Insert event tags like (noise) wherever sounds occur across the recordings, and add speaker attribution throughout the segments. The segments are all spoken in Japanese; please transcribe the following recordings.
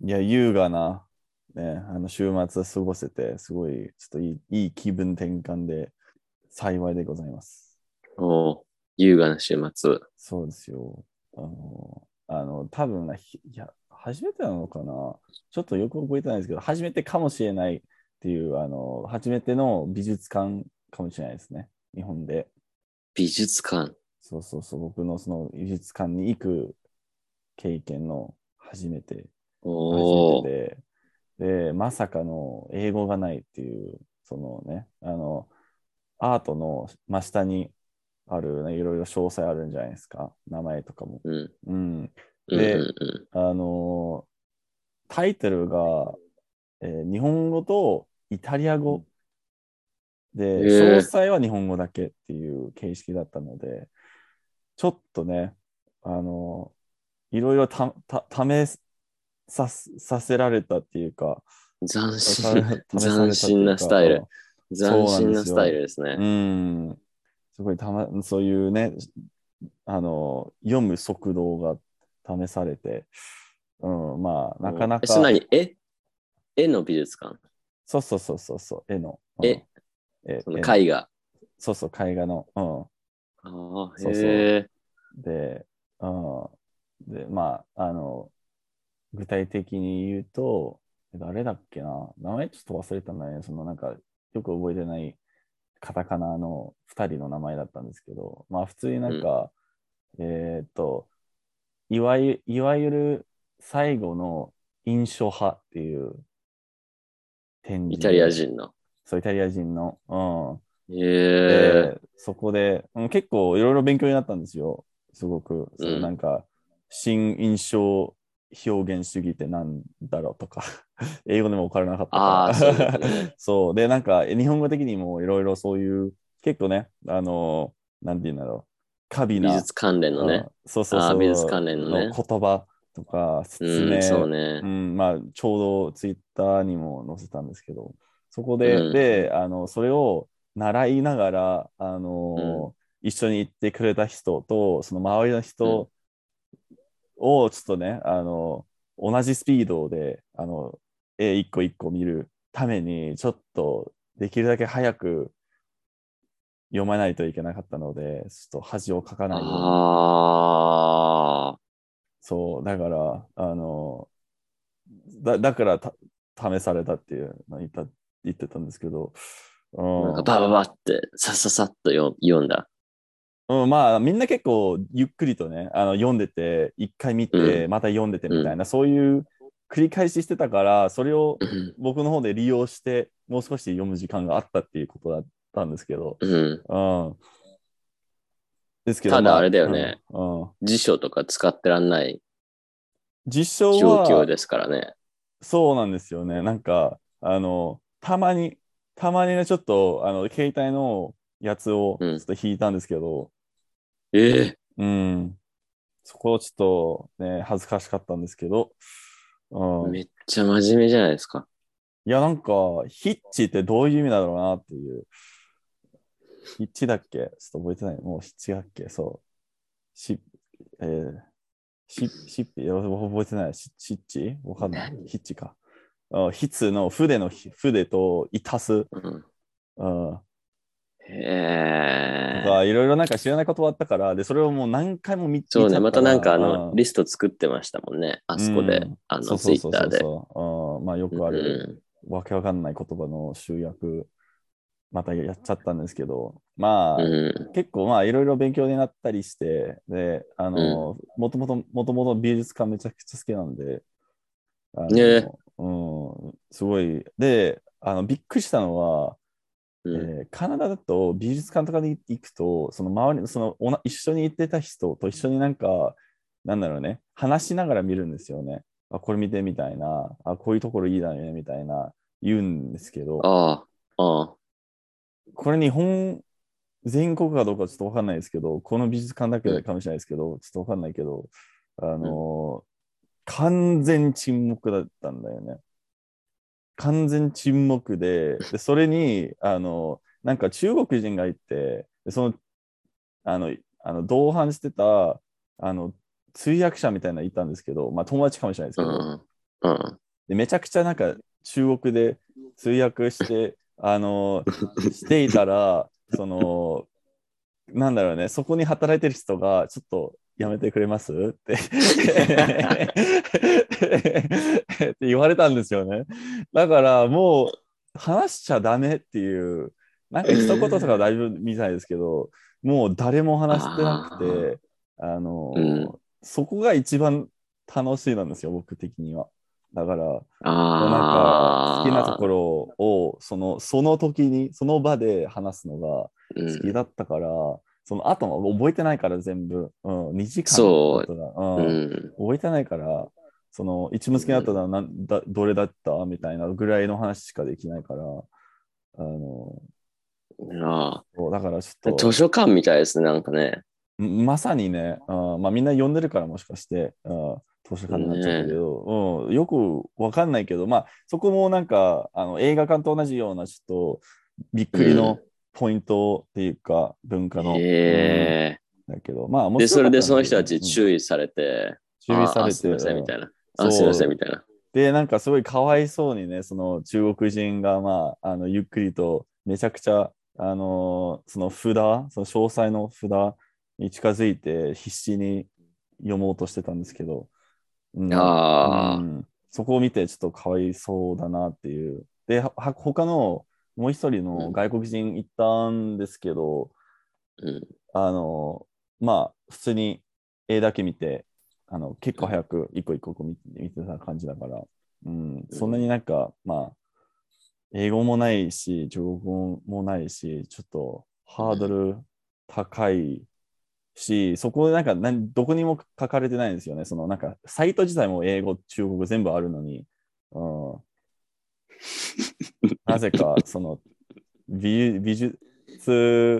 Speaker 1: いや、優雅な、ね、あの週末過ごせて、すごい、ちょっといいいい気分転換で幸いでございます。
Speaker 2: おー優雅な週末。
Speaker 1: そうですよ。あの、あの多分な、ひいや、初めてなのかなちょっとよく覚えてないんですけど、初めてかもしれないっていう、あの、初めての美術館かもしれないですね。日本で。
Speaker 2: 美術館。
Speaker 1: そうそうそう、僕のその美術館に行く経験の初めて、
Speaker 2: お
Speaker 1: 初
Speaker 2: ー
Speaker 1: めてで、で、まさかの英語がないっていう、そのね、あの、アートの真下にある、ね、いろいろ詳細あるんじゃないですか、名前とかも。
Speaker 2: うん。
Speaker 1: うん。
Speaker 2: うん
Speaker 1: で
Speaker 2: うん
Speaker 1: あのータイトルが、えー日本語とイタリア語で、
Speaker 2: へー
Speaker 1: 詳細は日本語だけっていう形式だったので、ちょっとね、あのーいろいろたた試ささせられたっていうか、
Speaker 2: うん。斬
Speaker 1: 試
Speaker 2: 新
Speaker 1: されたっていうか
Speaker 2: 斬新なスタイル。。斬新なスタイルです
Speaker 1: う
Speaker 2: ね。
Speaker 1: ん。すごいたま、そういうね、あの、読む速度が試されて、うん、まあ、なかな
Speaker 2: え
Speaker 1: か、
Speaker 2: それ何絵絵の美術館。
Speaker 1: そうそうそうそうそう、絵の、うん
Speaker 2: え
Speaker 1: 絵
Speaker 2: その
Speaker 1: 絵の
Speaker 2: 絵画。
Speaker 1: そうそう、絵画の、うん。
Speaker 2: ああ、
Speaker 1: そうそう
Speaker 2: へえ。
Speaker 1: で、うん、で、まあ、あの、具体的に言うと、誰だっけな、名前ちょっと忘れたんだね、そのなんか、よく覚えてないカタカナの2人の名前だったんですけど、まあ、普通になんか、えーっといわゆ、いわゆる最後の印象派っていう展示。
Speaker 2: イタリア。人の。
Speaker 1: そう、イタリア人の。うん。
Speaker 2: へえ。
Speaker 1: で、そこで、うん、結構いろいろ勉強になったんですよ。すごく。そうの
Speaker 2: ん
Speaker 1: なんか、新印象表現主義ってなんだろうとか、 (laughs) 英語でも分からなかった
Speaker 2: ああ、
Speaker 1: か
Speaker 2: そ
Speaker 1: ら。
Speaker 2: うだね
Speaker 1: (laughs) そう。で、なんか、日本語的にもいろいろそういう、結構ね、あの、なんて言うんだろう。カビ
Speaker 2: 美
Speaker 1: な。
Speaker 2: 術関連のね
Speaker 1: うん。そうそう
Speaker 2: あ
Speaker 1: そ
Speaker 2: ー
Speaker 1: う。
Speaker 2: 美術関連のね
Speaker 1: 言葉とか、説
Speaker 2: う
Speaker 1: 明。
Speaker 2: ん、そうね
Speaker 1: う。ん、まあ、ちょうどツイッターにも載せたんですけど、そこで、
Speaker 2: うん
Speaker 1: で、あの、それを習いながら、あの、一緒に行ってくれた人と、その周りの人を、ちょっとね、あの、同じスピードで、あの、絵一個一個見るために、ちょっと、できるだけ早く読まないといけなかったので、ちょっと恥をかかないように
Speaker 2: ああ。
Speaker 1: そう、だから、あの、だだからた試されたっていうのを言った言ってたんですけど、う
Speaker 2: なんか
Speaker 1: ん
Speaker 2: バババって、さっさっさっとよ読んだ。
Speaker 1: うん、まあ、みんな結構ゆっくりとね、あの読んでて、一回見て、
Speaker 2: う
Speaker 1: また読んでてみたいな、そういう繰り返ししてたから、それを
Speaker 2: うん
Speaker 1: 僕の方で利用して、もう少し読む時間があったっていうことだったんですけど、
Speaker 2: うん。
Speaker 1: うん。ですけど、
Speaker 2: ただ
Speaker 1: ま
Speaker 2: あれだよね、
Speaker 1: うんうん
Speaker 2: 辞書とか使ってらんない
Speaker 1: 実証
Speaker 2: 状
Speaker 1: は、
Speaker 2: 況ですからね。
Speaker 1: そうなんですよね。なんか、あの、たまに、たまにね、ちょっと、あの、携帯のやつを、ち
Speaker 2: う
Speaker 1: ょ
Speaker 2: ん
Speaker 1: っと引いたんですけど、
Speaker 2: ええ
Speaker 1: うん。そこをちょっと、ね、恥ずかしかったんですけど、うん。
Speaker 2: め
Speaker 1: い
Speaker 2: っちゃ真面目じゃないですか。
Speaker 1: や、なんか、ヒッチってどういう意味だろうな、っていう。ヒッチだっけちょっと覚えてない。もう、ヒッチだっけそう。し、えー、し、しっぴ、いや覚えてない。し、しっちわかんない。
Speaker 2: 何
Speaker 1: ヒッチか。あヒツの筆のひ筆と、いたす。
Speaker 2: うん、
Speaker 1: うんと
Speaker 2: ええ
Speaker 1: か、いろいろなんか知らないことあったから、で、それをもう何回も見見ちゃ
Speaker 2: そうね、またなんかあ
Speaker 1: う
Speaker 2: の、リスト作ってましたもんね。あそこで、
Speaker 1: うん
Speaker 2: あ
Speaker 1: そ
Speaker 2: の、
Speaker 1: う
Speaker 2: ツ
Speaker 1: そ
Speaker 2: イ
Speaker 1: うそ
Speaker 2: ッ
Speaker 1: うそ
Speaker 2: ター
Speaker 1: う
Speaker 2: で。
Speaker 1: うんまあよくある、
Speaker 2: う
Speaker 1: わけわかんない言葉の集約、またやっちゃったんですけど、まあ、
Speaker 2: ん。う
Speaker 1: 結構まあいろいろ勉強になったりして、で、あの、もともと、もともと美術館めちゃくちゃ好きなんで、あの
Speaker 2: ねえ
Speaker 1: うん、すごい。で、あの、びっくりしたのは、
Speaker 2: んうん
Speaker 1: えーカナダだと美術館とかで行くと、その周りのそのおな一緒に行ってた人と一緒になんか、なんだろうね、話しながら見るんですよね。あ、これ見てみたいな、あ、こういうところいいだねみたいな言うんですけど、
Speaker 2: ああ、ああ。
Speaker 1: これ日本全国かどうかちょっとわかんないですけど、この美術館だけかもしれないですけど、ちょっとわかんないけど、あのー完全沈黙だったんだよね。完全沈黙
Speaker 2: (laughs)
Speaker 1: で、でそれに、あのーなんか中国人がいて、でその、あの、あの同伴してた、あの、通訳者みたいなのいたんですけど、まあ友達かもしれないですけ
Speaker 2: うん
Speaker 1: ど、
Speaker 2: うん。うん。
Speaker 1: でめちゃくちゃなんか中国で通訳して、あの、していたら、その、なんだろうね、そこに働いてる人が、ちょっとやめてくれますって、 (laughs) って言われたんですよね。だからもう、話しちゃダメっていう、なんか一言とかだいぶ見たいですけど、もう誰も話してなくて、あの、
Speaker 2: うん
Speaker 1: そこが一番楽しいなんですよ、僕的には。だから、
Speaker 2: あ
Speaker 1: なんか
Speaker 2: あ。
Speaker 1: 好きなところをそのその時にその場で話すのが
Speaker 2: うん
Speaker 1: 好きだったから、その後も覚えてないから全部、うん、2時間
Speaker 2: そう
Speaker 1: だったら
Speaker 2: う
Speaker 1: うん
Speaker 2: ん。
Speaker 1: 覚えてないからその一番好きだったのはなんだどれだったみたいなぐらいの話しかできないからあの
Speaker 2: あ
Speaker 1: そうだからち
Speaker 2: あ。
Speaker 1: ょっと
Speaker 2: 図書館みたいですね、なんかね。
Speaker 1: まさにね、うんまあ、みんな呼んでるからもしかして、うん、図書館になっちゃったけど、うん、よくわかんないけど、まあ、そこもなんかあの映画館と同じようなちょっとびっくりのポイントっていうか、文化の、
Speaker 2: へえ
Speaker 1: うんだけど、まあ、
Speaker 2: で、それでその人たち
Speaker 1: 意、
Speaker 2: 注意されて、
Speaker 1: うん注意さ
Speaker 2: ああ
Speaker 1: れ
Speaker 2: すいませ
Speaker 1: て
Speaker 2: ん、みたいな。あ
Speaker 1: そう
Speaker 2: すいません、みたいな。
Speaker 1: で、なんかすごいかわいそうにね、その中国人が、まあ、あのゆっくりとめちゃくちゃ、あのーその札、その詳細の札に近づいて必死に読もうとしてたんですけど、うん
Speaker 2: ああ、
Speaker 1: うんそこを見てちょっとかわいそうだなっていう。で、はは他のもう一人の外国人行ったんですけど、
Speaker 2: うん。
Speaker 1: あのまあ普通に絵だけ見てあの結構早く一個一個こう見見てた感じだから、うん、そんなになんか、まあ英語もないし中国語もないしちょっとハードル高いしそこでなんか何どこにも書かれてないんですよねそのなんかサイト自体も英語中国語全部あるのに、うん、なぜかその美美術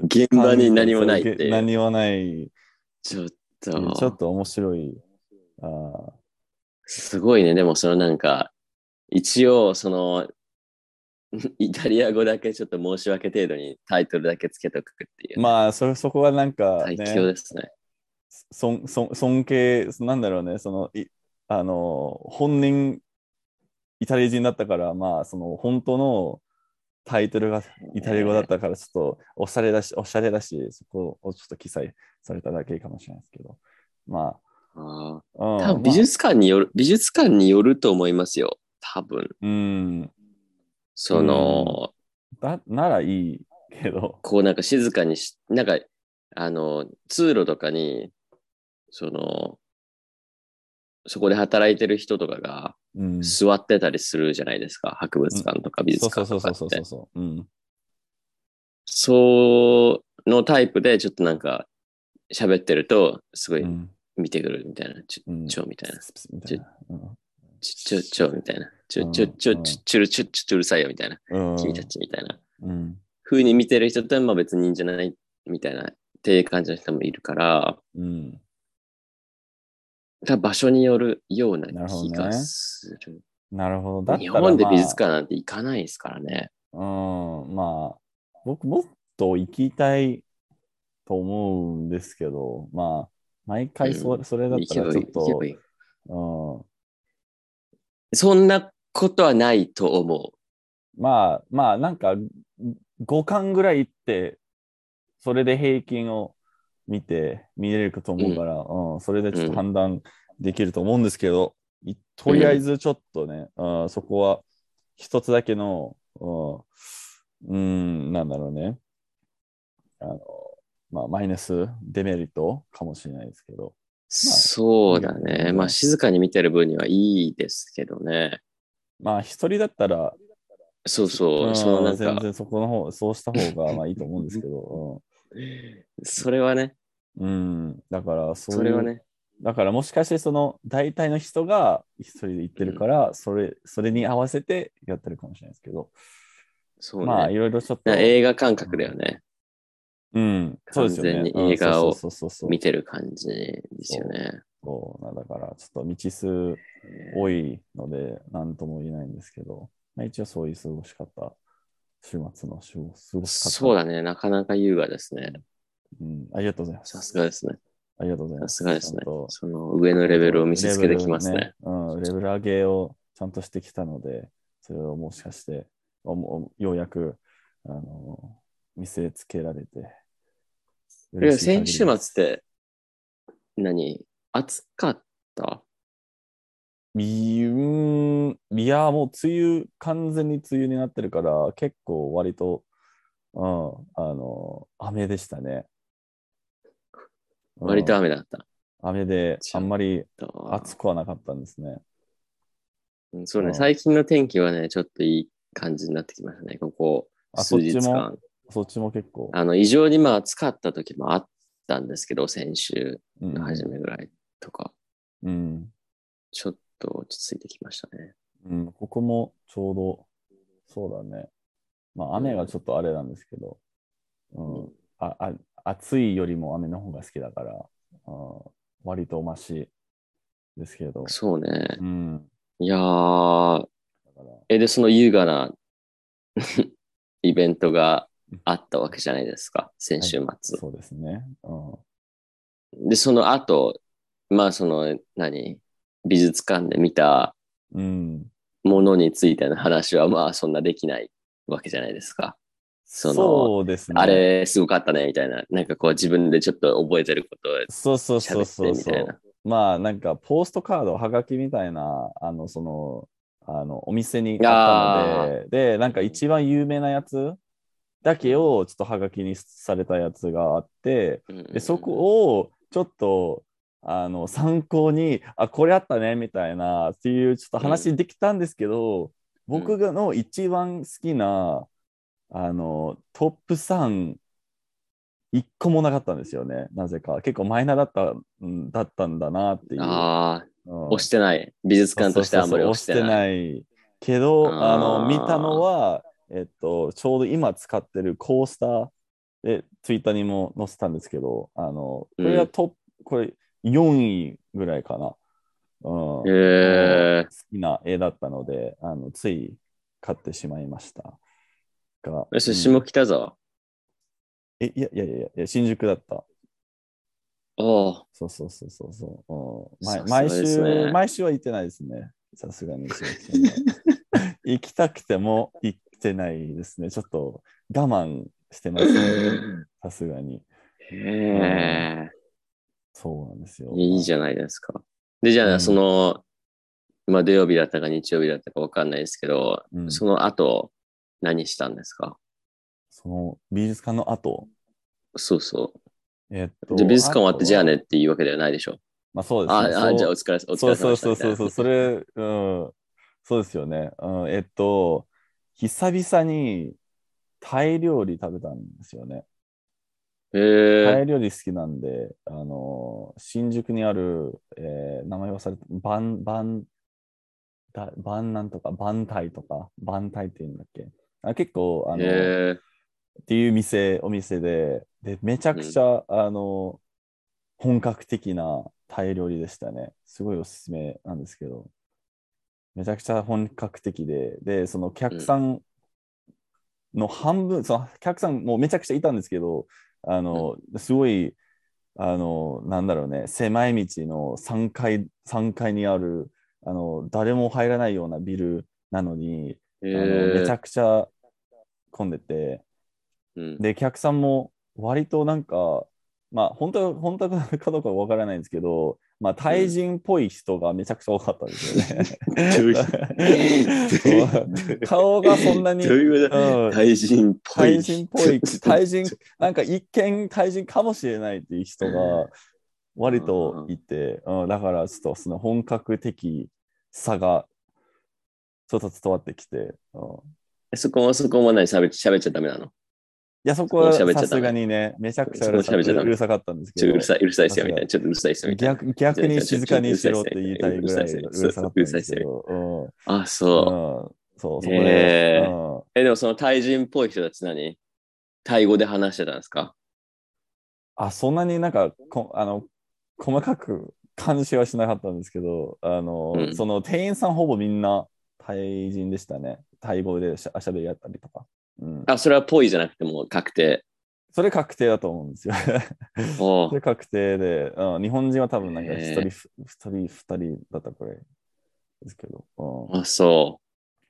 Speaker 2: 現場に何もないっていう
Speaker 1: 何もない。
Speaker 2: ちょっ
Speaker 1: ち
Speaker 2: と、
Speaker 1: ょっと面白い。あー
Speaker 2: すごいね。でも、そのなんか、一応、その、 (laughs) イタリア語だけちょっと申し訳程度にタイトルだけつけとくっていう、
Speaker 1: まあそ、そこはなんか、
Speaker 2: 最強
Speaker 1: ね、
Speaker 2: ですね。
Speaker 1: 尊尊尊敬、なんだろうね、そのいあの本人、イタリア人だったから、まあ、その本当のタイトルがイタリア語だったから、ちょっとおしゃれだし、おしゃれだし、そこをちょっと記載されただけかもしれないですけど、ま
Speaker 2: あ
Speaker 1: あ、うん
Speaker 2: あ多分美術館による、美術館によると思いますよ。多分。
Speaker 1: まあうん、
Speaker 2: その、
Speaker 1: だならいいけど、
Speaker 2: こうなんか静かにし、なんか、あの、通路とかに、その、そこで働いてる人とかが
Speaker 1: うん、
Speaker 2: 座ってたりするじゃないですか。博物館とか美術
Speaker 1: そうそう
Speaker 2: 館
Speaker 1: そうそ
Speaker 2: とかっ
Speaker 1: うそ
Speaker 2: て
Speaker 1: う。そう、うん、
Speaker 2: そのタイプでちょっとなんか喋ってると、すご
Speaker 1: う
Speaker 2: い
Speaker 1: ん、
Speaker 2: 見てくるみたいな。ちょ、
Speaker 1: うん
Speaker 2: ちょ、みたいな。
Speaker 1: プスプスみたいな。
Speaker 2: ちょ、ちょ、ちょ、みたいな。ち
Speaker 1: う
Speaker 2: ょ、
Speaker 1: ん
Speaker 2: ちょ、ちょ、
Speaker 1: うん
Speaker 2: ちょ、ちょる、ちょ、ちょ、ちょうるさいよ、みたいな。
Speaker 1: うん
Speaker 2: 君たちみたいな。
Speaker 1: うん。
Speaker 2: 風に見てる人とはまあ別にいいんじゃないみたいな、っていう感じの人もいるから、
Speaker 1: うん。
Speaker 2: 多分場所によるような
Speaker 1: なるほど
Speaker 2: 気
Speaker 1: ね
Speaker 2: がする。
Speaker 1: なるほど。だったら、
Speaker 2: 日
Speaker 1: まあ
Speaker 2: 本で美術館なんて行かないですからね。
Speaker 1: うん。まあ、僕もっと行きたいと思うんですけど、まあ、毎回そ,、それだっ
Speaker 2: 行
Speaker 1: た
Speaker 2: けば
Speaker 1: ら
Speaker 2: い
Speaker 1: ち
Speaker 2: い
Speaker 1: ょっ
Speaker 2: 行けばいい。
Speaker 1: と、
Speaker 2: そんなことはないと思
Speaker 1: うん、まあ、まあ、なんか、5巻ぐらい行って、それで平均を見て、見れると思うから、うんそれでちょっと判断できると思うんですけど、いとりあえずちょっとね、うんそこは一つだけの、うん、うんなんだろうね、あの、まあ、マイナス、デメリットかもしれないですけど、
Speaker 2: う。そうだ
Speaker 1: いいよ
Speaker 2: ね。
Speaker 1: ね
Speaker 2: まあ静かに見てる分にはいいですけどね。
Speaker 1: まあ、一人だったら、
Speaker 2: そうそうう。
Speaker 1: ん
Speaker 2: そのなん
Speaker 1: 全
Speaker 2: か、
Speaker 1: 然そこの方、そうした方がまあいいと思うんですけ
Speaker 2: (laughs)
Speaker 1: ど、
Speaker 2: それはね、
Speaker 1: うん、うんだからそういう、
Speaker 2: それはね。
Speaker 1: だからもしかしてその大体の人が一人で行ってるから、それ、それに合わせてやってるかもしれないですけど、
Speaker 2: そうね。
Speaker 1: まあいろいろちょっと
Speaker 2: な、映画感覚だよね。
Speaker 1: うん、そうですよね。
Speaker 2: 完全に映画を
Speaker 1: うんそうそうそうそう
Speaker 2: 見てる感じですよね。
Speaker 1: そうなだからちょっと未知数多いので何とも言えないんですけど、まあ、一応そういう過ごし方、週末の週過ごし方。
Speaker 2: そうだね。なかなか優雅ですね。
Speaker 1: うん、ありがとうございま
Speaker 2: さ
Speaker 1: す。
Speaker 2: すがですね。
Speaker 1: ありがとうござい
Speaker 2: さ
Speaker 1: ます。
Speaker 2: すがですね
Speaker 1: ちゃんと。
Speaker 2: その上のレベルを見せつけてきますね。
Speaker 1: レベルをねうん、レベル上げをちゃんとしてきたので、それをもしかして、おもようやく、あの、見せつけられて。
Speaker 2: いや
Speaker 1: 嬉しい限り
Speaker 2: 先
Speaker 1: で
Speaker 2: 週
Speaker 1: す
Speaker 2: 末って、何暑かった
Speaker 1: いやうーんいや、もう梅雨、完全に梅雨になってるから、結構割と、うん、あの、雨でしたね。うん
Speaker 2: 割と雨だった。
Speaker 1: 雨で、
Speaker 2: ち
Speaker 1: あ
Speaker 2: ょっと
Speaker 1: んまり暑
Speaker 2: 暑
Speaker 1: くはなかったんですね。
Speaker 2: そう
Speaker 1: う
Speaker 2: ね、
Speaker 1: ん
Speaker 2: 最近の天気はね、ちょっといい感じになってきましたね、ここ
Speaker 1: あ、
Speaker 2: 数
Speaker 1: そっ
Speaker 2: 日
Speaker 1: ちも、
Speaker 2: 間。
Speaker 1: そっちも結構。
Speaker 2: あの、異常にまあ暑かった時もあったんですけど、先週
Speaker 1: うん
Speaker 2: の初めぐらいとか、
Speaker 1: うん。
Speaker 2: ちょっと落ち着いてきましたね。
Speaker 1: うん、ここもちょうど、そうだね。まあ、雨がちょっとあれなんですけど、うん、ああ暑いよりも雨の方が好きだから、うん、割とマシですけど、
Speaker 2: そうね。
Speaker 1: うん、
Speaker 2: いやー、
Speaker 1: だから、
Speaker 2: え、で、その優雅な (laughs) イベントがあったわけじゃないですか、先週末。
Speaker 1: そうですね。うん、
Speaker 2: で、その後、まあ、その、何美術館で見た
Speaker 1: うん、
Speaker 2: ものについての話は、まあ、そんなできないわけじゃないですか。その
Speaker 1: うですね。
Speaker 2: あれ、すごかったね、みたいな。なんかこう、自分でちょっと覚えてることを
Speaker 1: そうそうそ
Speaker 2: 喋
Speaker 1: うそう
Speaker 2: って、
Speaker 1: そ
Speaker 2: み
Speaker 1: う
Speaker 2: たいな。
Speaker 1: まあ、なんか、ポーストカード、はがきみたいな、あの、その、あの、お店に買ったので、で、なんか一番有名なやつだけを、ちょっとはがきにされたやつがあって、で、そ
Speaker 2: を、
Speaker 1: こを、ちょっと、あの、参考に、あ、これあったね、みたいな、っていう、ちょっと話できたんですけど、僕がの一番好きな、あの、トップ3、一個もなかったんですよね、なぜか。結構マイナーだった、んだったんだな、っていう。
Speaker 2: ああ、
Speaker 1: うん
Speaker 2: 押してない。美術館としてはあんまり押して
Speaker 1: そうそうそう
Speaker 2: ない。
Speaker 1: 押してないけどあ
Speaker 2: あー
Speaker 1: の見たのは、えっと、ちょうど今使ってるコースターでツイッターにも載せたんですけどあのこれがトップ、これ4位ぐらいかな、うん
Speaker 2: へ
Speaker 1: 好
Speaker 2: え
Speaker 1: きな絵だったのであのつい買ってしまいましたが
Speaker 2: ー。それ、
Speaker 1: う
Speaker 2: 下
Speaker 1: ん
Speaker 2: 北沢。
Speaker 1: えいやいやいやいや新宿だった
Speaker 2: おお。
Speaker 1: そうそうそうそうそう、
Speaker 2: さ
Speaker 1: うん
Speaker 2: すが
Speaker 1: 毎。毎
Speaker 2: ですね
Speaker 1: 週、毎週は行ってないですね。さす
Speaker 2: (laughs)
Speaker 1: がにそうですね。行きたくても行ってないですね。ちょっと我慢してます (laughs) ね。さすがに。
Speaker 2: へえ。
Speaker 1: そうなんですよ。
Speaker 2: いいじゃないですか。で、じゃあ、
Speaker 1: うん
Speaker 2: その、まあ、土曜日だったか日曜日だったかわかんないですけど、
Speaker 1: うん
Speaker 2: その後、何したんですか
Speaker 1: その美術館の後、
Speaker 2: そうそ
Speaker 1: えっ
Speaker 2: う。
Speaker 1: と、
Speaker 2: じゃあ美術館終わって、
Speaker 1: 後は
Speaker 2: じゃあ。ねっていうわけではないでしょ。
Speaker 1: まあそうです
Speaker 2: あ
Speaker 1: ね。
Speaker 2: あ、
Speaker 1: そう
Speaker 2: じゃあお疲れ、お疲
Speaker 1: そ
Speaker 2: れ
Speaker 1: うそ
Speaker 2: 様
Speaker 1: う
Speaker 2: でした
Speaker 1: そう
Speaker 2: みた
Speaker 1: そ
Speaker 2: いな。
Speaker 1: うそう、それ、うん、そうですよね。うん、えっと、久々にタイ料理食べたんですよね。タ
Speaker 2: へえ。
Speaker 1: イ料理好きなんで、あのー新宿にある、えー名前忘れた、バン、バン、だバンなんとか、バンタイとか、バンタイって言うんだっけ。あ結構、あの、
Speaker 2: へえ。
Speaker 1: っていう店、お店で、で、めちゃくちゃ、あの、本格的なタイ料理でしたね。すごいおすすめなんですけど、めちゃくちゃ本格的で、で、その客さんの半分、その客さんもうめちゃくちゃいたんですけど、あの、すごい、あの、なんだろうね、狭い道の3階、3階にある、あの、誰も入らないようなビルなのに、
Speaker 2: へ
Speaker 1: あのめち
Speaker 2: え
Speaker 1: ゃ。くちゃ混んでて、
Speaker 2: うん
Speaker 1: で、客さんも割となんか、まあ、本当は、本当かどうかわからないんですけど、まあ、タイ人っぽい人がめちゃくちゃ多かったんですよ
Speaker 2: どういう
Speaker 1: ね。顔がそんな
Speaker 2: (laughs)
Speaker 1: に、
Speaker 2: どういうこと
Speaker 1: うん
Speaker 2: 対人っぽい。
Speaker 1: 対人っぽい、対人、なんか一見対人かもしれないっていう人が割といて、うん、だからちょっとその本格的さがちょっと伝わってきて、うん、
Speaker 2: そこもそこも何喋っ喋っちゃダメなの
Speaker 1: いや、そこは
Speaker 2: そこも喋っちゃダメ
Speaker 1: さすがにね、めちゃくちゃ
Speaker 2: そうこ
Speaker 1: るさ
Speaker 2: も喋っちゃダメ
Speaker 1: うるさかったんです
Speaker 2: ち
Speaker 1: け
Speaker 2: ょっと
Speaker 1: ど
Speaker 2: うる、さい、うるさいっすよみたいな。ちょっとうるさいっすよみたいな。
Speaker 1: 逆逆に静かにしろって言いたいぐらい、うる
Speaker 2: うる
Speaker 1: さ
Speaker 2: さ
Speaker 1: か
Speaker 2: い
Speaker 1: っ
Speaker 2: ったす
Speaker 1: ん
Speaker 2: よ
Speaker 1: ですけど、うん
Speaker 2: あ、
Speaker 1: うん
Speaker 2: そう。
Speaker 1: そう、そこ
Speaker 2: へ
Speaker 1: で、
Speaker 2: ー
Speaker 1: うん
Speaker 2: え、でもその対人っぽい人たち何タイ語で話してたんですか
Speaker 1: あ、そんなになんかこあの細かく監視はしなかったんですけど、あの、
Speaker 2: うん
Speaker 1: その店員さんほぼみんなタイ人でしたね。タイ語でしゃしゃべり合ったりとか。うん、
Speaker 2: あ、それはぽいじゃなくてもう確定。
Speaker 1: それ確定だと思うんですよ。 (laughs)
Speaker 2: お
Speaker 1: それ
Speaker 2: う
Speaker 1: 確定で、うん、日本人は多分なんか
Speaker 2: へー
Speaker 1: 一人ふ、一人、二人だったこれ。ですけど。うん、
Speaker 2: あ、そ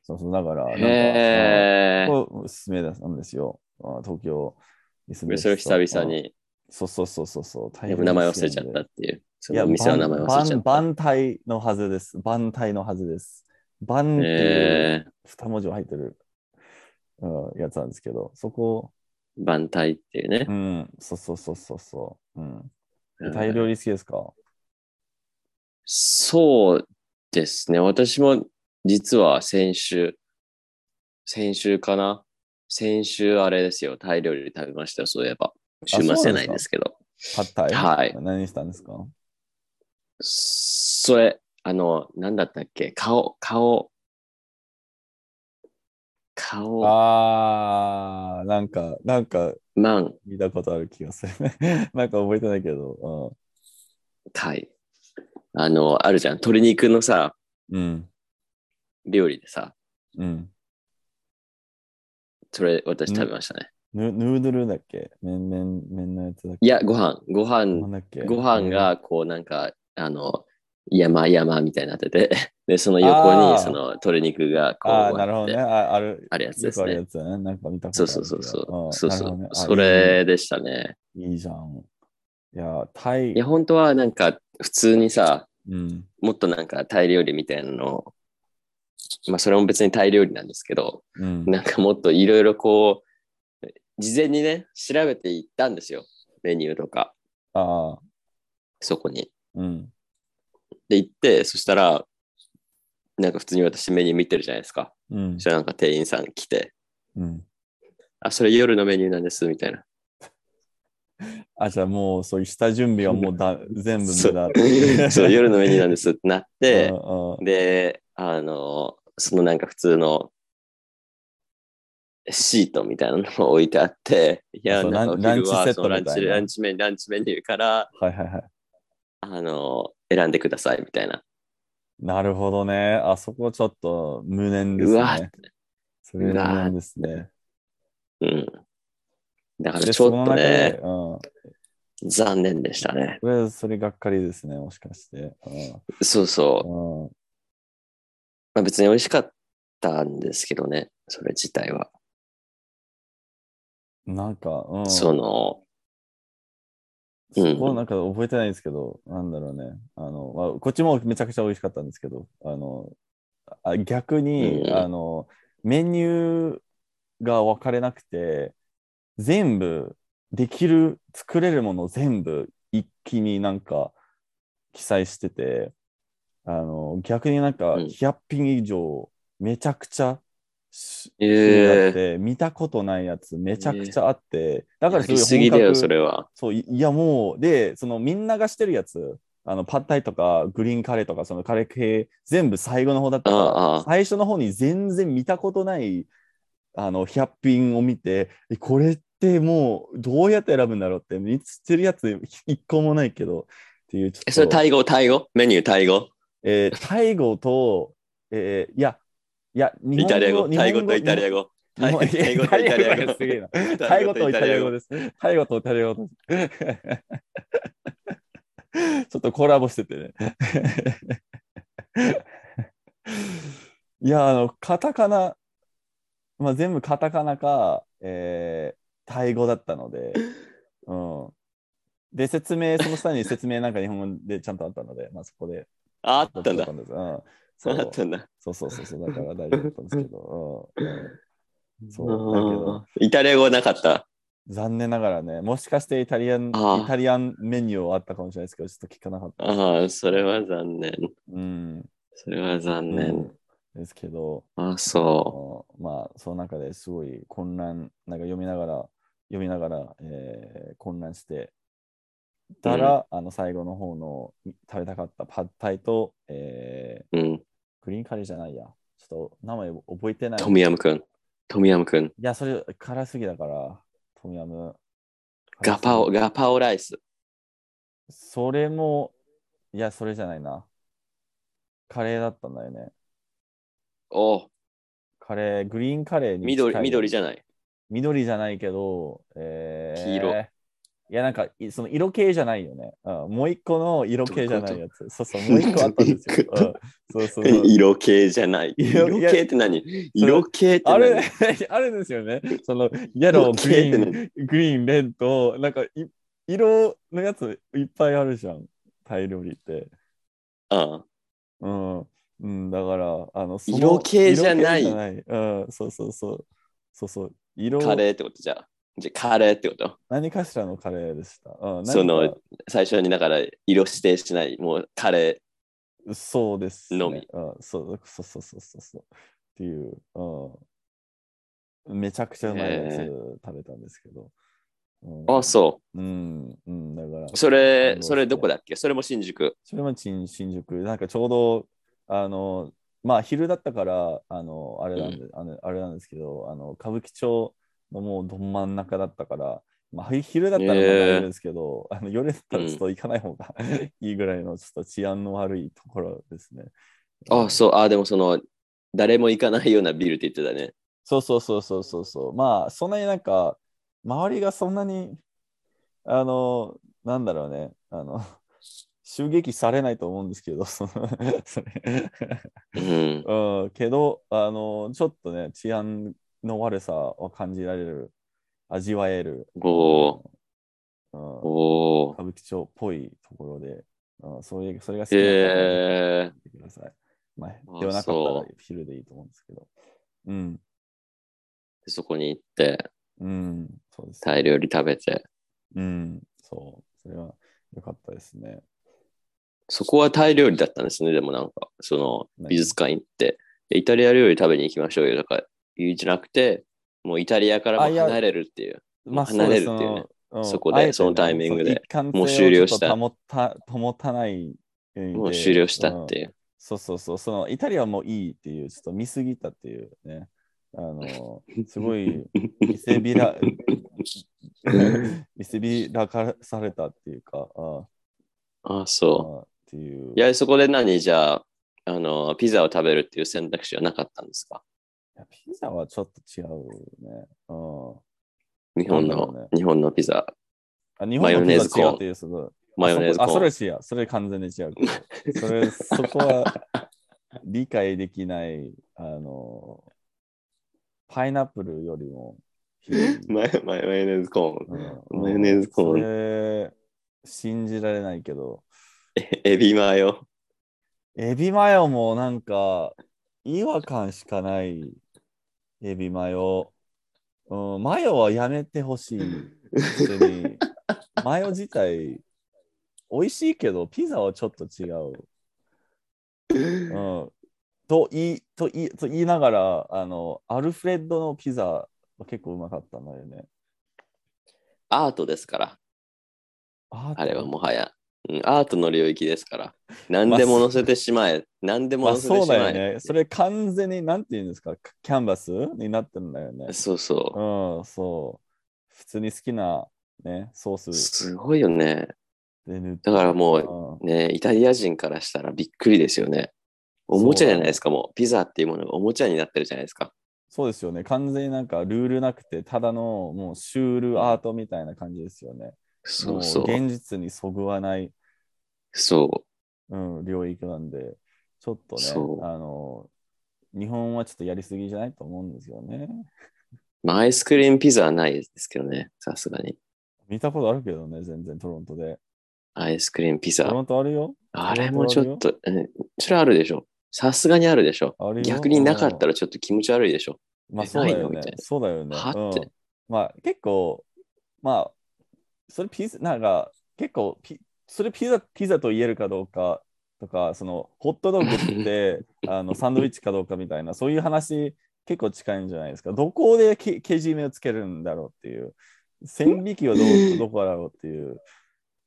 Speaker 1: そうそう、だから、なんか、
Speaker 2: う。
Speaker 1: あ
Speaker 2: へ
Speaker 1: のこれおすすめなんですよ。あ東京に住ん
Speaker 2: え。
Speaker 1: で
Speaker 2: それを久々
Speaker 1: うん
Speaker 2: に、
Speaker 1: そうそうそうそうそう。大
Speaker 2: で
Speaker 1: 変
Speaker 2: も名前忘れちゃっ
Speaker 1: 好き
Speaker 2: た
Speaker 1: なん
Speaker 2: っ
Speaker 1: で。
Speaker 2: ていう。そ
Speaker 1: い
Speaker 2: の
Speaker 1: や、
Speaker 2: お店の名前忘れちゃっ
Speaker 1: バ
Speaker 2: た。
Speaker 1: ンバン体のはずです。バン体のはずです。バンっていう
Speaker 2: え
Speaker 1: 二文字が入ってる、うん、やつなんですけど、そこ、
Speaker 2: ー、バンタイっていうね
Speaker 1: う。ん、そうそうそうそうそう。うん。タイ料理好きですか
Speaker 2: そうですね。私も実は先週、先週かな先週あれですよ。タイ料理食べましたよ。そういえば。週
Speaker 1: そうなんですか
Speaker 2: 末じゃないですけど。
Speaker 1: パッタイ
Speaker 2: はい
Speaker 1: 何したんですか
Speaker 2: それ、あの、なんだったっけ顔、顔。顔、
Speaker 1: あー、なんか、なんか
Speaker 2: マン、
Speaker 1: 見たことある気がする (laughs) ね。なんか覚えてないけど。
Speaker 2: タイ。あの、あるじゃん。鶏肉のさ、
Speaker 1: うん。うん。
Speaker 2: 料理でさ、
Speaker 1: うん。
Speaker 2: それ私食べましたね。
Speaker 1: ヌヌードルだっけ麺、麺、麺のやつだっけ
Speaker 2: いや、ご飯、ご
Speaker 1: ご
Speaker 2: 飯
Speaker 1: 飯だっけ
Speaker 2: ご飯がこうなんか、あの、山山みたいになって (laughs) て、で、その横
Speaker 1: あー
Speaker 2: にその鶏肉がこう
Speaker 1: ああ、
Speaker 2: 割って
Speaker 1: なるほどね。あある、
Speaker 2: あるやつ
Speaker 1: よ
Speaker 2: で
Speaker 1: く
Speaker 2: す
Speaker 1: ある
Speaker 2: ね
Speaker 1: や。つだね。なんか見たこと
Speaker 2: そ
Speaker 1: あ
Speaker 2: う
Speaker 1: る
Speaker 2: そうそう
Speaker 1: 気が
Speaker 2: そう。
Speaker 1: ん
Speaker 2: そう
Speaker 1: なる
Speaker 2: そ
Speaker 1: ほど
Speaker 2: う
Speaker 1: ね。あ
Speaker 2: それでしたね。
Speaker 1: いい。いいじゃん。いや、タイ
Speaker 2: いや、、本当はなんか普通にさ、
Speaker 1: うん。
Speaker 2: もっとなんかタイ料理みたいなのをまあそれも別にタイ料理なんですけど、
Speaker 1: うん。
Speaker 2: なんかもっといろいろこう、事前にね、調べていったんですよ。メニューとか、
Speaker 1: ああ、
Speaker 2: そこに。
Speaker 1: うん。
Speaker 2: で、行って、そしたら、なんか普通に私メニュー見てるじゃないですか。
Speaker 1: うん
Speaker 2: そし。たらなんか店員さん来て、
Speaker 1: うん。
Speaker 2: あ、それ夜のメニューなんです、みた
Speaker 1: (laughs)
Speaker 2: いな。
Speaker 1: あ、じゃあもう、そういう下準備はもうだ全部無駄。
Speaker 2: そう、 (laughs) 夜のメニューなんですってなっ
Speaker 1: う
Speaker 2: て、
Speaker 1: んうん
Speaker 2: で、あの、そのなんか普通のシートみたいなのを置いてあって、いや、
Speaker 1: そう
Speaker 2: なんかお
Speaker 1: ラン
Speaker 2: 昼は
Speaker 1: ランチセッ
Speaker 2: そ
Speaker 1: ト
Speaker 2: のラン
Speaker 1: みた
Speaker 2: チ
Speaker 1: いな
Speaker 2: ランチメニュー、ランチメニューから、
Speaker 1: はいはいはい。
Speaker 2: あの、選んでくださいみたいな。
Speaker 1: なるほどね。あそこちょっと無念です
Speaker 2: うわ
Speaker 1: ね。それは無念ですね。
Speaker 2: うん。だから
Speaker 1: で、
Speaker 2: ちょ
Speaker 1: その
Speaker 2: っと
Speaker 1: 中で
Speaker 2: ね、、
Speaker 1: うん。
Speaker 2: 残念でしたね。
Speaker 1: それ、それがっかりですね、もしかして。う
Speaker 2: そうそう。
Speaker 1: ん。うん
Speaker 2: まあ別に美味しかったんですけどね、それ自体は。
Speaker 1: なんか、うん。
Speaker 2: その、うん
Speaker 1: そこなんか覚えてないんですけど、なんだろうね。あの、まあ、こっちもめちゃくちゃ美味しかったんですけど、あの、あ逆に、
Speaker 2: うん
Speaker 1: あの、メニューが分かれなくて、全部、できる、作れるもの全部、一気になんか、記載してて、あの、逆になんか、
Speaker 2: うん
Speaker 1: 100品以上、めちゃくちゃし、
Speaker 2: え
Speaker 1: だっ
Speaker 2: え
Speaker 1: て見たことないやつめちゃくちゃあって、だからすごい
Speaker 2: やりすぎ
Speaker 1: 本
Speaker 2: だよ、
Speaker 1: 格
Speaker 2: それは。
Speaker 1: そういいやもうでそのみんながしてるやつあのパッタイとかグリーンカレーとかそのカレー系全部最後の方だったから
Speaker 2: ああ
Speaker 1: 最初の方に全然見たことないあの100品を見てえこれってもうどうやって選ぶんだろうって見つってるやつ一個もないけどっていうちょっと
Speaker 2: え、それタイ語、タイ語メニュータイ語
Speaker 1: えータイ語と、えーいやいや日
Speaker 2: イ
Speaker 1: 本
Speaker 2: タリア語
Speaker 1: 日
Speaker 2: タイ
Speaker 1: 本
Speaker 2: 語とイタリア語。
Speaker 1: 日本
Speaker 2: タイ語とイタリア語
Speaker 1: すげえな
Speaker 2: タ
Speaker 1: タ
Speaker 2: イ
Speaker 1: イ
Speaker 2: 語
Speaker 1: 語
Speaker 2: と
Speaker 1: と
Speaker 2: イ
Speaker 1: イ
Speaker 2: タ
Speaker 1: タ
Speaker 2: リ
Speaker 1: リ
Speaker 2: ア
Speaker 1: ア
Speaker 2: 語
Speaker 1: 語です。 (laughs) タイ語とイタリア語です。 (laughs) ちょっとコラボしててね。 (laughs) いや、あの、カタカナ、まあ、全部カタカナか、えータイ語だったので、うん。で、説明、その下に (laughs) 説明なんか日本語でちゃんとあったので、まあ、そこで。
Speaker 2: ああったんだ。
Speaker 1: です。うん。そ
Speaker 2: あ
Speaker 1: う
Speaker 2: ったんだ。
Speaker 1: そうそうそうそう、だから大丈夫だったんですけど、うんうんそう、だけど、
Speaker 2: あーイタリア語なかった。
Speaker 1: 残念ながらね、もしかしてイタリアン、
Speaker 2: ああ
Speaker 1: イタリアンメニューはあったかもしれないですけど、ちょっと聞かなかった。
Speaker 2: ああ、それは残念。
Speaker 1: うん。
Speaker 2: それは残念。
Speaker 1: うんですけど、
Speaker 2: ああ、そ
Speaker 1: あのまあ、その中ですごい混乱、なんか読みながら、読みながら、えー混乱してたら、あの最後の方の食べたかったパッタイと、え
Speaker 2: う。うん。
Speaker 1: ーグリーンカレーじゃないや、ちょっと名前覚えてない。
Speaker 2: トムヤムくん。トムヤムくん。
Speaker 1: いや、それ、辛すぎだから、トムヤム。
Speaker 2: ガパオ、
Speaker 1: 辛す
Speaker 2: ガパオライス。
Speaker 1: ぎそれも、いや、それじゃないな。カレーだったんだよね。
Speaker 2: おう
Speaker 1: カレー、グリーンカレーに近い
Speaker 2: 緑、緑じゃない。
Speaker 1: 緑じゃないけど、えー、
Speaker 2: 黄色。
Speaker 1: いや、なんか、いその色系じゃないよね。うん、もう一個の色系じゃないやつ。そうそう、もう一個あったんですよ。うん、そうそうそう。
Speaker 2: 色系じゃない。
Speaker 1: 色
Speaker 2: 色系って何色系って
Speaker 1: あ
Speaker 2: 何
Speaker 1: る (laughs) あるんですよね。その、イエロー、グリ
Speaker 2: 色系って
Speaker 1: ーン、グリーン、レッド、なんかい、色のやついっぱいあるじゃん。タイ料理って。
Speaker 2: ああ
Speaker 1: うん。うん、だから、あの、その
Speaker 2: 色系じゃない
Speaker 1: 色系じゃない。うん、そうそうそう。そうそう。色、
Speaker 2: カレーってことじゃあ。じゃあカレーってこと
Speaker 1: 何かしらのカレーでした。うん、
Speaker 2: その
Speaker 1: 何か
Speaker 2: 最初にだから色指定しない、もうカレ
Speaker 1: そうです、ね。
Speaker 2: のみ
Speaker 1: うん、そうそうそうそうそうそう。っていう、うん。めちゃくちゃうまいや
Speaker 2: へ
Speaker 1: つ
Speaker 2: え
Speaker 1: 食べたんですけど。うん
Speaker 2: ー。あ、そ
Speaker 1: うん、うん、だから。
Speaker 2: う。それ、それどこ
Speaker 1: だ
Speaker 2: だっけそれも新宿。
Speaker 1: それも新新宿。なんかちょうど、あの、まあ昼だったから、あの、あれなんで、あのあれなんですけど、あの、歌舞伎町のもうど真ん中だったから、まあひ昼だったらまだ
Speaker 2: へえ
Speaker 1: あれですけど、あの夜だったらちょっと行かない方
Speaker 2: (laughs)
Speaker 1: がいいぐらいの、ちょっと治安の悪いところですね。
Speaker 2: あ、そう。あ、でもその、誰も行かないようなビルって言ってたね。
Speaker 1: そうそうそうそうそうそう。まあ、そんなになんか、周りがそんなに、あの、なんだろうね、あ
Speaker 2: (laughs)
Speaker 1: の、襲撃されないと思うんですけど、そのそれ。
Speaker 2: うん。
Speaker 1: うん、けど、あの、ちょっとね、治安の悪さを感じられる、味わえる、
Speaker 2: おー
Speaker 1: うん、歌
Speaker 2: おー
Speaker 1: 舞伎町っぽいところで、うん、そういう、それが好きな方は
Speaker 2: え
Speaker 1: 見てください。ま
Speaker 2: あ
Speaker 1: あ、ではなかったら
Speaker 2: そ
Speaker 1: 昼でいいと思うんですけど。うん、
Speaker 2: ー、そこに行って、
Speaker 1: うん、そうです。
Speaker 2: タイ料理食べて。
Speaker 1: うん、そう、それは良かったですね。
Speaker 2: そこはタイ料理だったんですね、でもなんか、その
Speaker 1: ね
Speaker 2: 美術館行って、でイタリア料理食べに行きましょうよとか言うんじゃなくて、もうイタリアからも
Speaker 1: あいや
Speaker 2: 離れるっていう。
Speaker 1: まあ、
Speaker 2: 離れるっていうね
Speaker 1: そですそのうん
Speaker 2: そこで
Speaker 1: あえてね
Speaker 2: そのタイミングで
Speaker 1: そう一貫性を
Speaker 2: もう終了した
Speaker 1: ちょっと保た、保たない意味で。
Speaker 2: もう終了したっていう。
Speaker 1: そうそうそう、そのイタリアもいいっていう、ちょっと見すぎたっていうね、あ
Speaker 2: (laughs)
Speaker 1: の、すごい見せびら、 (laughs) 見せびらかされたっていうか、あ
Speaker 2: あ、
Speaker 1: あ
Speaker 2: そ
Speaker 1: っていう
Speaker 2: う。い。や、そこで何じゃあ、あの、ピザを食べるっていう選択肢はなかったんですか
Speaker 1: いやピザはちょっと違うね。う
Speaker 2: 日本
Speaker 1: なんだろ
Speaker 2: の
Speaker 1: うね、
Speaker 2: 日本のピザ。
Speaker 1: ん、あ日
Speaker 2: マ
Speaker 1: 本
Speaker 2: ヨ
Speaker 1: の
Speaker 2: ネ
Speaker 1: ピ
Speaker 2: ーズ
Speaker 1: ザ違うっていう、その、
Speaker 2: マヨネーズコ
Speaker 1: あ、そ
Speaker 2: ーン
Speaker 1: れ。違う。それ完全に違うけ
Speaker 2: (laughs)
Speaker 1: ど。それ、そこは理解できない、あの、パイナップルよりもひどい、
Speaker 2: (laughs) マヨマヨネーズコーン。
Speaker 1: うん
Speaker 2: マヨネーズコー
Speaker 1: そ
Speaker 2: ン
Speaker 1: れ、信じられないけど、
Speaker 2: エビマヨ。
Speaker 1: エビマヨもなんか、違和感しかない、エビマヨ。うん、マヨはやめてほしい。普通
Speaker 2: (laughs)
Speaker 1: に。マヨ自体、美味しいけど、ピザはちょっと違う。うん、と言いと言いと言いながらあの、アルフレッドのピザは結構うまかったんだよね。
Speaker 2: アートですから、
Speaker 1: あ
Speaker 2: あれはもはや。うんアートの領域ですから。何でも載せてしまえ。何で
Speaker 1: ま
Speaker 2: も
Speaker 1: あ
Speaker 2: 載せて
Speaker 1: そう
Speaker 2: しま
Speaker 1: だよ
Speaker 2: え。
Speaker 1: ね。それ完全に、なんていうんですか、キャンバスになってるんだよね。
Speaker 2: そうそう。
Speaker 1: うん、そう。普通に好きな、ね、ソース
Speaker 2: すごいよね。
Speaker 1: で塗って。
Speaker 2: だからもう、
Speaker 1: うん
Speaker 2: ね、イタリア人からしたらびっくりですよね。おもちゃじゃないですか、もう。ピザっていうものがおもちゃになってるじゃないですか。
Speaker 1: そうですよね。完全になんかルールなくて、ただのもうシュールアートみたいな感じですよね。
Speaker 2: そうそ
Speaker 1: も
Speaker 2: う。
Speaker 1: 現実にそぐわない、
Speaker 2: そ
Speaker 1: うん、領域なんで、ちょっとね
Speaker 2: そ、う
Speaker 1: あの、日本はちょっとやりすぎじゃないと思うんですよね。
Speaker 2: う。まあ、アイスクリームピザはないですけどね、さすがに。
Speaker 1: 見たことあるけどね、全然トロントで。
Speaker 2: アイスクリームピ
Speaker 1: ト
Speaker 2: ザ。
Speaker 1: ロントあるよ
Speaker 2: あれもちょっと、うん、それはあるでしょ。さすがにあるでしょ。
Speaker 1: あるよ
Speaker 2: 逆になかった
Speaker 1: ら、
Speaker 2: らちょっと気持ち悪いでしょ。
Speaker 1: まあそうだよ
Speaker 2: ないのみ
Speaker 1: ね
Speaker 2: たい。な
Speaker 1: そうだよね。
Speaker 2: はって
Speaker 1: うんまあ結構、まあ、それピザ、なんか結構ピ、それピザ、ピザと言えるかどうかとか、そのホットドッグって
Speaker 2: (laughs)
Speaker 1: あのサンドイッチかどうかみたいな、そういう話結構近いんじゃないですか。どこでけけじめをつけるんだろうっていう、線引きはど
Speaker 2: (laughs)
Speaker 1: うどこだろうっていう。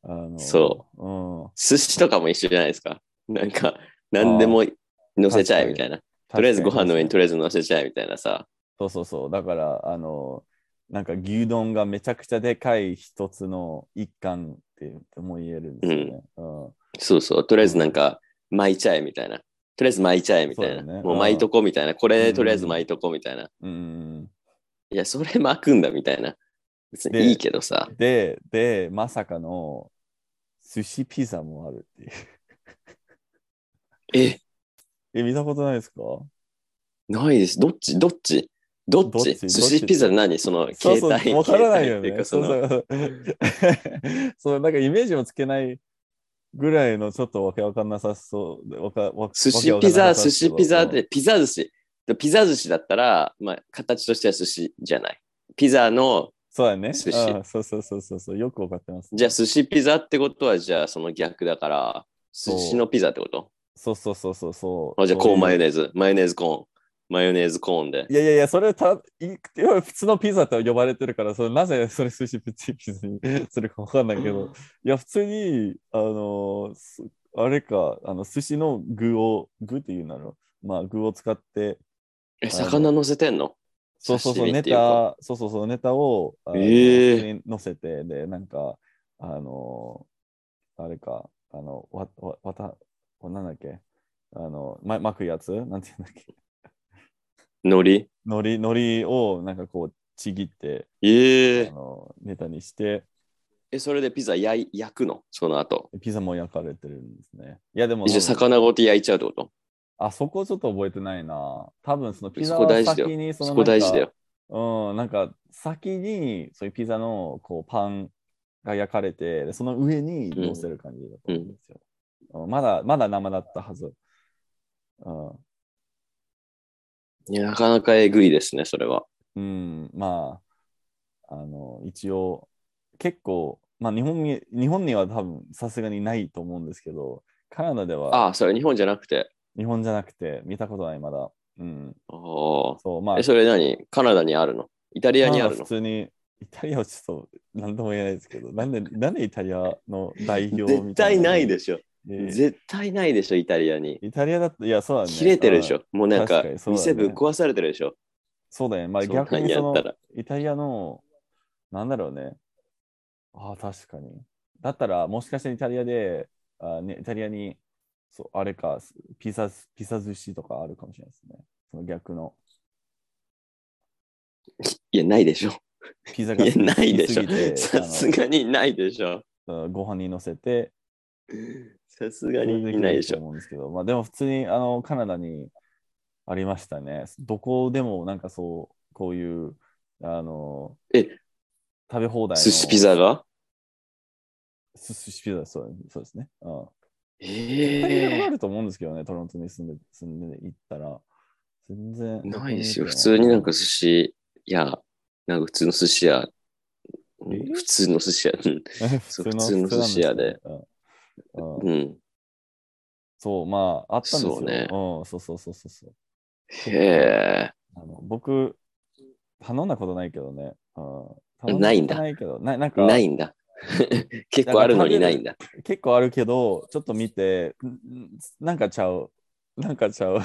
Speaker 1: あの。
Speaker 2: そう
Speaker 1: うん。
Speaker 2: 寿司とかも一緒じゃないですか。なんか、何でも乗せちゃえみたいな。とりあえずご飯の上にとりあえず乗せちゃえみたいなさ。
Speaker 1: そうそうそう。だから、あの、なんか牛丼がめちゃくちゃでかい一つの一貫っても言えるんですよね。うん。
Speaker 2: そうそう。とりあえずなんか、巻いちゃえみたいな。とりあえず巻いちゃえみたい
Speaker 1: そ
Speaker 2: な。
Speaker 1: うだよね
Speaker 2: もう巻いとこみたいな。こ
Speaker 1: う
Speaker 2: れ
Speaker 1: ん
Speaker 2: とりあえず巻いとこみたいな。
Speaker 1: うん。
Speaker 2: いや、それ巻くんだみたいな。別
Speaker 1: で
Speaker 2: にいいけどさ。
Speaker 1: で、で、まさかの寿司ピザもあるっていう。 (laughs)
Speaker 2: え、
Speaker 1: え、見たことないですか
Speaker 2: ないです。どっちどっちどっ
Speaker 1: どっ
Speaker 2: ち
Speaker 1: ち
Speaker 2: 寿
Speaker 1: どっち
Speaker 2: 司ピザ何その
Speaker 1: そう
Speaker 2: 携
Speaker 1: そう、
Speaker 2: 帯
Speaker 1: わからないよ
Speaker 2: 携帯っていう
Speaker 1: ね。
Speaker 2: か
Speaker 1: そ
Speaker 2: そうの
Speaker 1: そうそう。 (laughs) そう、なんかイメージもつけないぐらいのちょっとわけわかんなさそうで。わかわ
Speaker 2: 寿司
Speaker 1: わけ
Speaker 2: ピ
Speaker 1: わかんな
Speaker 2: ザ、
Speaker 1: さ
Speaker 2: 寿司ピザ
Speaker 1: そう
Speaker 2: で、ピザ寿司。でピザ寿司だったら、まあ、形としては寿司じゃない。ピザの、
Speaker 1: そうだね。
Speaker 2: 寿司
Speaker 1: うんそうそうそうそうそう。よくわかってます。
Speaker 2: じゃあ寿司ピザってことは、じゃあその逆だから、
Speaker 1: う
Speaker 2: 寿司のピザってこと
Speaker 1: そうそうそうそうそう。
Speaker 2: あじゃあ
Speaker 1: そ
Speaker 2: コーンマ
Speaker 1: い
Speaker 2: ヨネーズ、マヨネーズコーン、マヨネーズコーンで
Speaker 1: い。やいやいや、それた、い要は普通のピザと呼ばれてるから、それなぜそれ寿司ピピザにするかわかんないけど、いや、普通に、あの、すあれか、あの寿司の具を、具っていうなら、まあ、具を使って、
Speaker 2: え、魚乗せてんの
Speaker 1: そうそうそ
Speaker 2: 刺
Speaker 1: う、
Speaker 2: 身
Speaker 1: ネ
Speaker 2: っていうか
Speaker 1: タ、そうそうそう、ネタを、あの
Speaker 2: ええ
Speaker 1: 普通に乗せて、で、なんか、あの、あれか、あの、わ、わ、わた、これなんだっけ、あの、ま、巻くやつなんていうんだっけ、
Speaker 2: 海苔
Speaker 1: 海苔、海苔を、なんかこう、ちぎって、
Speaker 2: ええ
Speaker 1: あのネタにして、
Speaker 2: え、それでピザ焼い焼くのその後。
Speaker 1: ピザも焼かれてるんですね。いや、でも
Speaker 2: え、じゃあ、魚ごと焼いちゃうってこと
Speaker 1: あそこちょっと覚えてないな。多分そのピザ
Speaker 2: そこ
Speaker 1: は
Speaker 2: 大事だよ
Speaker 1: 先にその
Speaker 2: そこ大事だ
Speaker 1: なん
Speaker 2: よ
Speaker 1: か。うん、なんか先にそういうピザのこうパンが焼かれて、でその上に乗せる感じだと思うんですよ。うんまだ、まだ生だったはず。うん、
Speaker 2: いや、なかなかえぐいですね、それは。
Speaker 1: うん、まあ、あの、一応、結構、まあ日本に、日本には多分さすがにないと思うんですけど、カナダでは、
Speaker 2: ああ、それ日本じゃなくて。
Speaker 1: 日本じゃなくて、見たことない、まだ。うん。
Speaker 2: あ
Speaker 1: そう、ま
Speaker 2: あ。
Speaker 1: あ、
Speaker 2: え、それ何カナダにあるのイタリアにあ
Speaker 1: ま
Speaker 2: る
Speaker 1: 普
Speaker 2: の
Speaker 1: 通に、イタリアはちょっと、なんとも言えないですけど、なんで、なんでイタリアの代表
Speaker 2: 絶
Speaker 1: みたい
Speaker 2: 対
Speaker 1: な。
Speaker 2: ないでしょ。
Speaker 1: えー
Speaker 2: 絶対ないでしょ、イタリアに。
Speaker 1: イタリアだって、いや、そうだね。
Speaker 2: 切れてるでし
Speaker 1: うん
Speaker 2: ょ。もうなんか
Speaker 1: 確かに、そうだね
Speaker 2: 店ぶっ壊されてるでしょ。
Speaker 1: そうだね。まあ、
Speaker 2: そんなん
Speaker 1: 逆に
Speaker 2: や
Speaker 1: その
Speaker 2: った、ら。
Speaker 1: イタリアの、なんだろうね。ああ、確かに。だったら、もしかしてイタリアで、あね、イタリアに、そう、あれか、ピザ、ピザ寿司とかあるかもしれないですね。その逆の。
Speaker 2: いや、ないでしょ。
Speaker 1: ピザが
Speaker 2: いや、ないでし
Speaker 1: 好きすぎ
Speaker 2: ょ。
Speaker 1: て
Speaker 2: さすがにないでしょ。
Speaker 1: あのご飯に乗せて、
Speaker 2: さすがにいないでし
Speaker 1: と
Speaker 2: ょ。
Speaker 1: 思うんですけど、まあでも普通にあのカナダにありましたね。どこでもなんかそう、こういう、あの、
Speaker 2: え、
Speaker 1: 食べ放題の。
Speaker 2: 寿司ピ。ザが
Speaker 1: 寿司ピザ、そうそうですね。うん。イタリアもあ
Speaker 2: ええ
Speaker 1: ると思うんですけどね、トロントに住んで、住んで行ったら。全然。
Speaker 2: ないですよ。普通になんか寿司屋、なんか普通の寿司屋、
Speaker 1: え
Speaker 2: 普通の寿司屋、うん
Speaker 1: (laughs) 普
Speaker 2: (laughs) 普通の寿司屋で。
Speaker 1: 普通なんすけどうんうん
Speaker 2: うん。
Speaker 1: そう、まあ、あったんですよ。
Speaker 2: そうね
Speaker 1: うん、そうそうそうそうそう。
Speaker 2: へえ。
Speaker 1: あの僕、頼んだことないけどね。うん、
Speaker 2: ないんだ
Speaker 1: 頼だことないけど、ななんか
Speaker 2: ないんだ。 (laughs) 結構あるのにないんだ。
Speaker 1: 結構あるけど、ちょっと見て、んんなんかちゃう。なんかちゃう。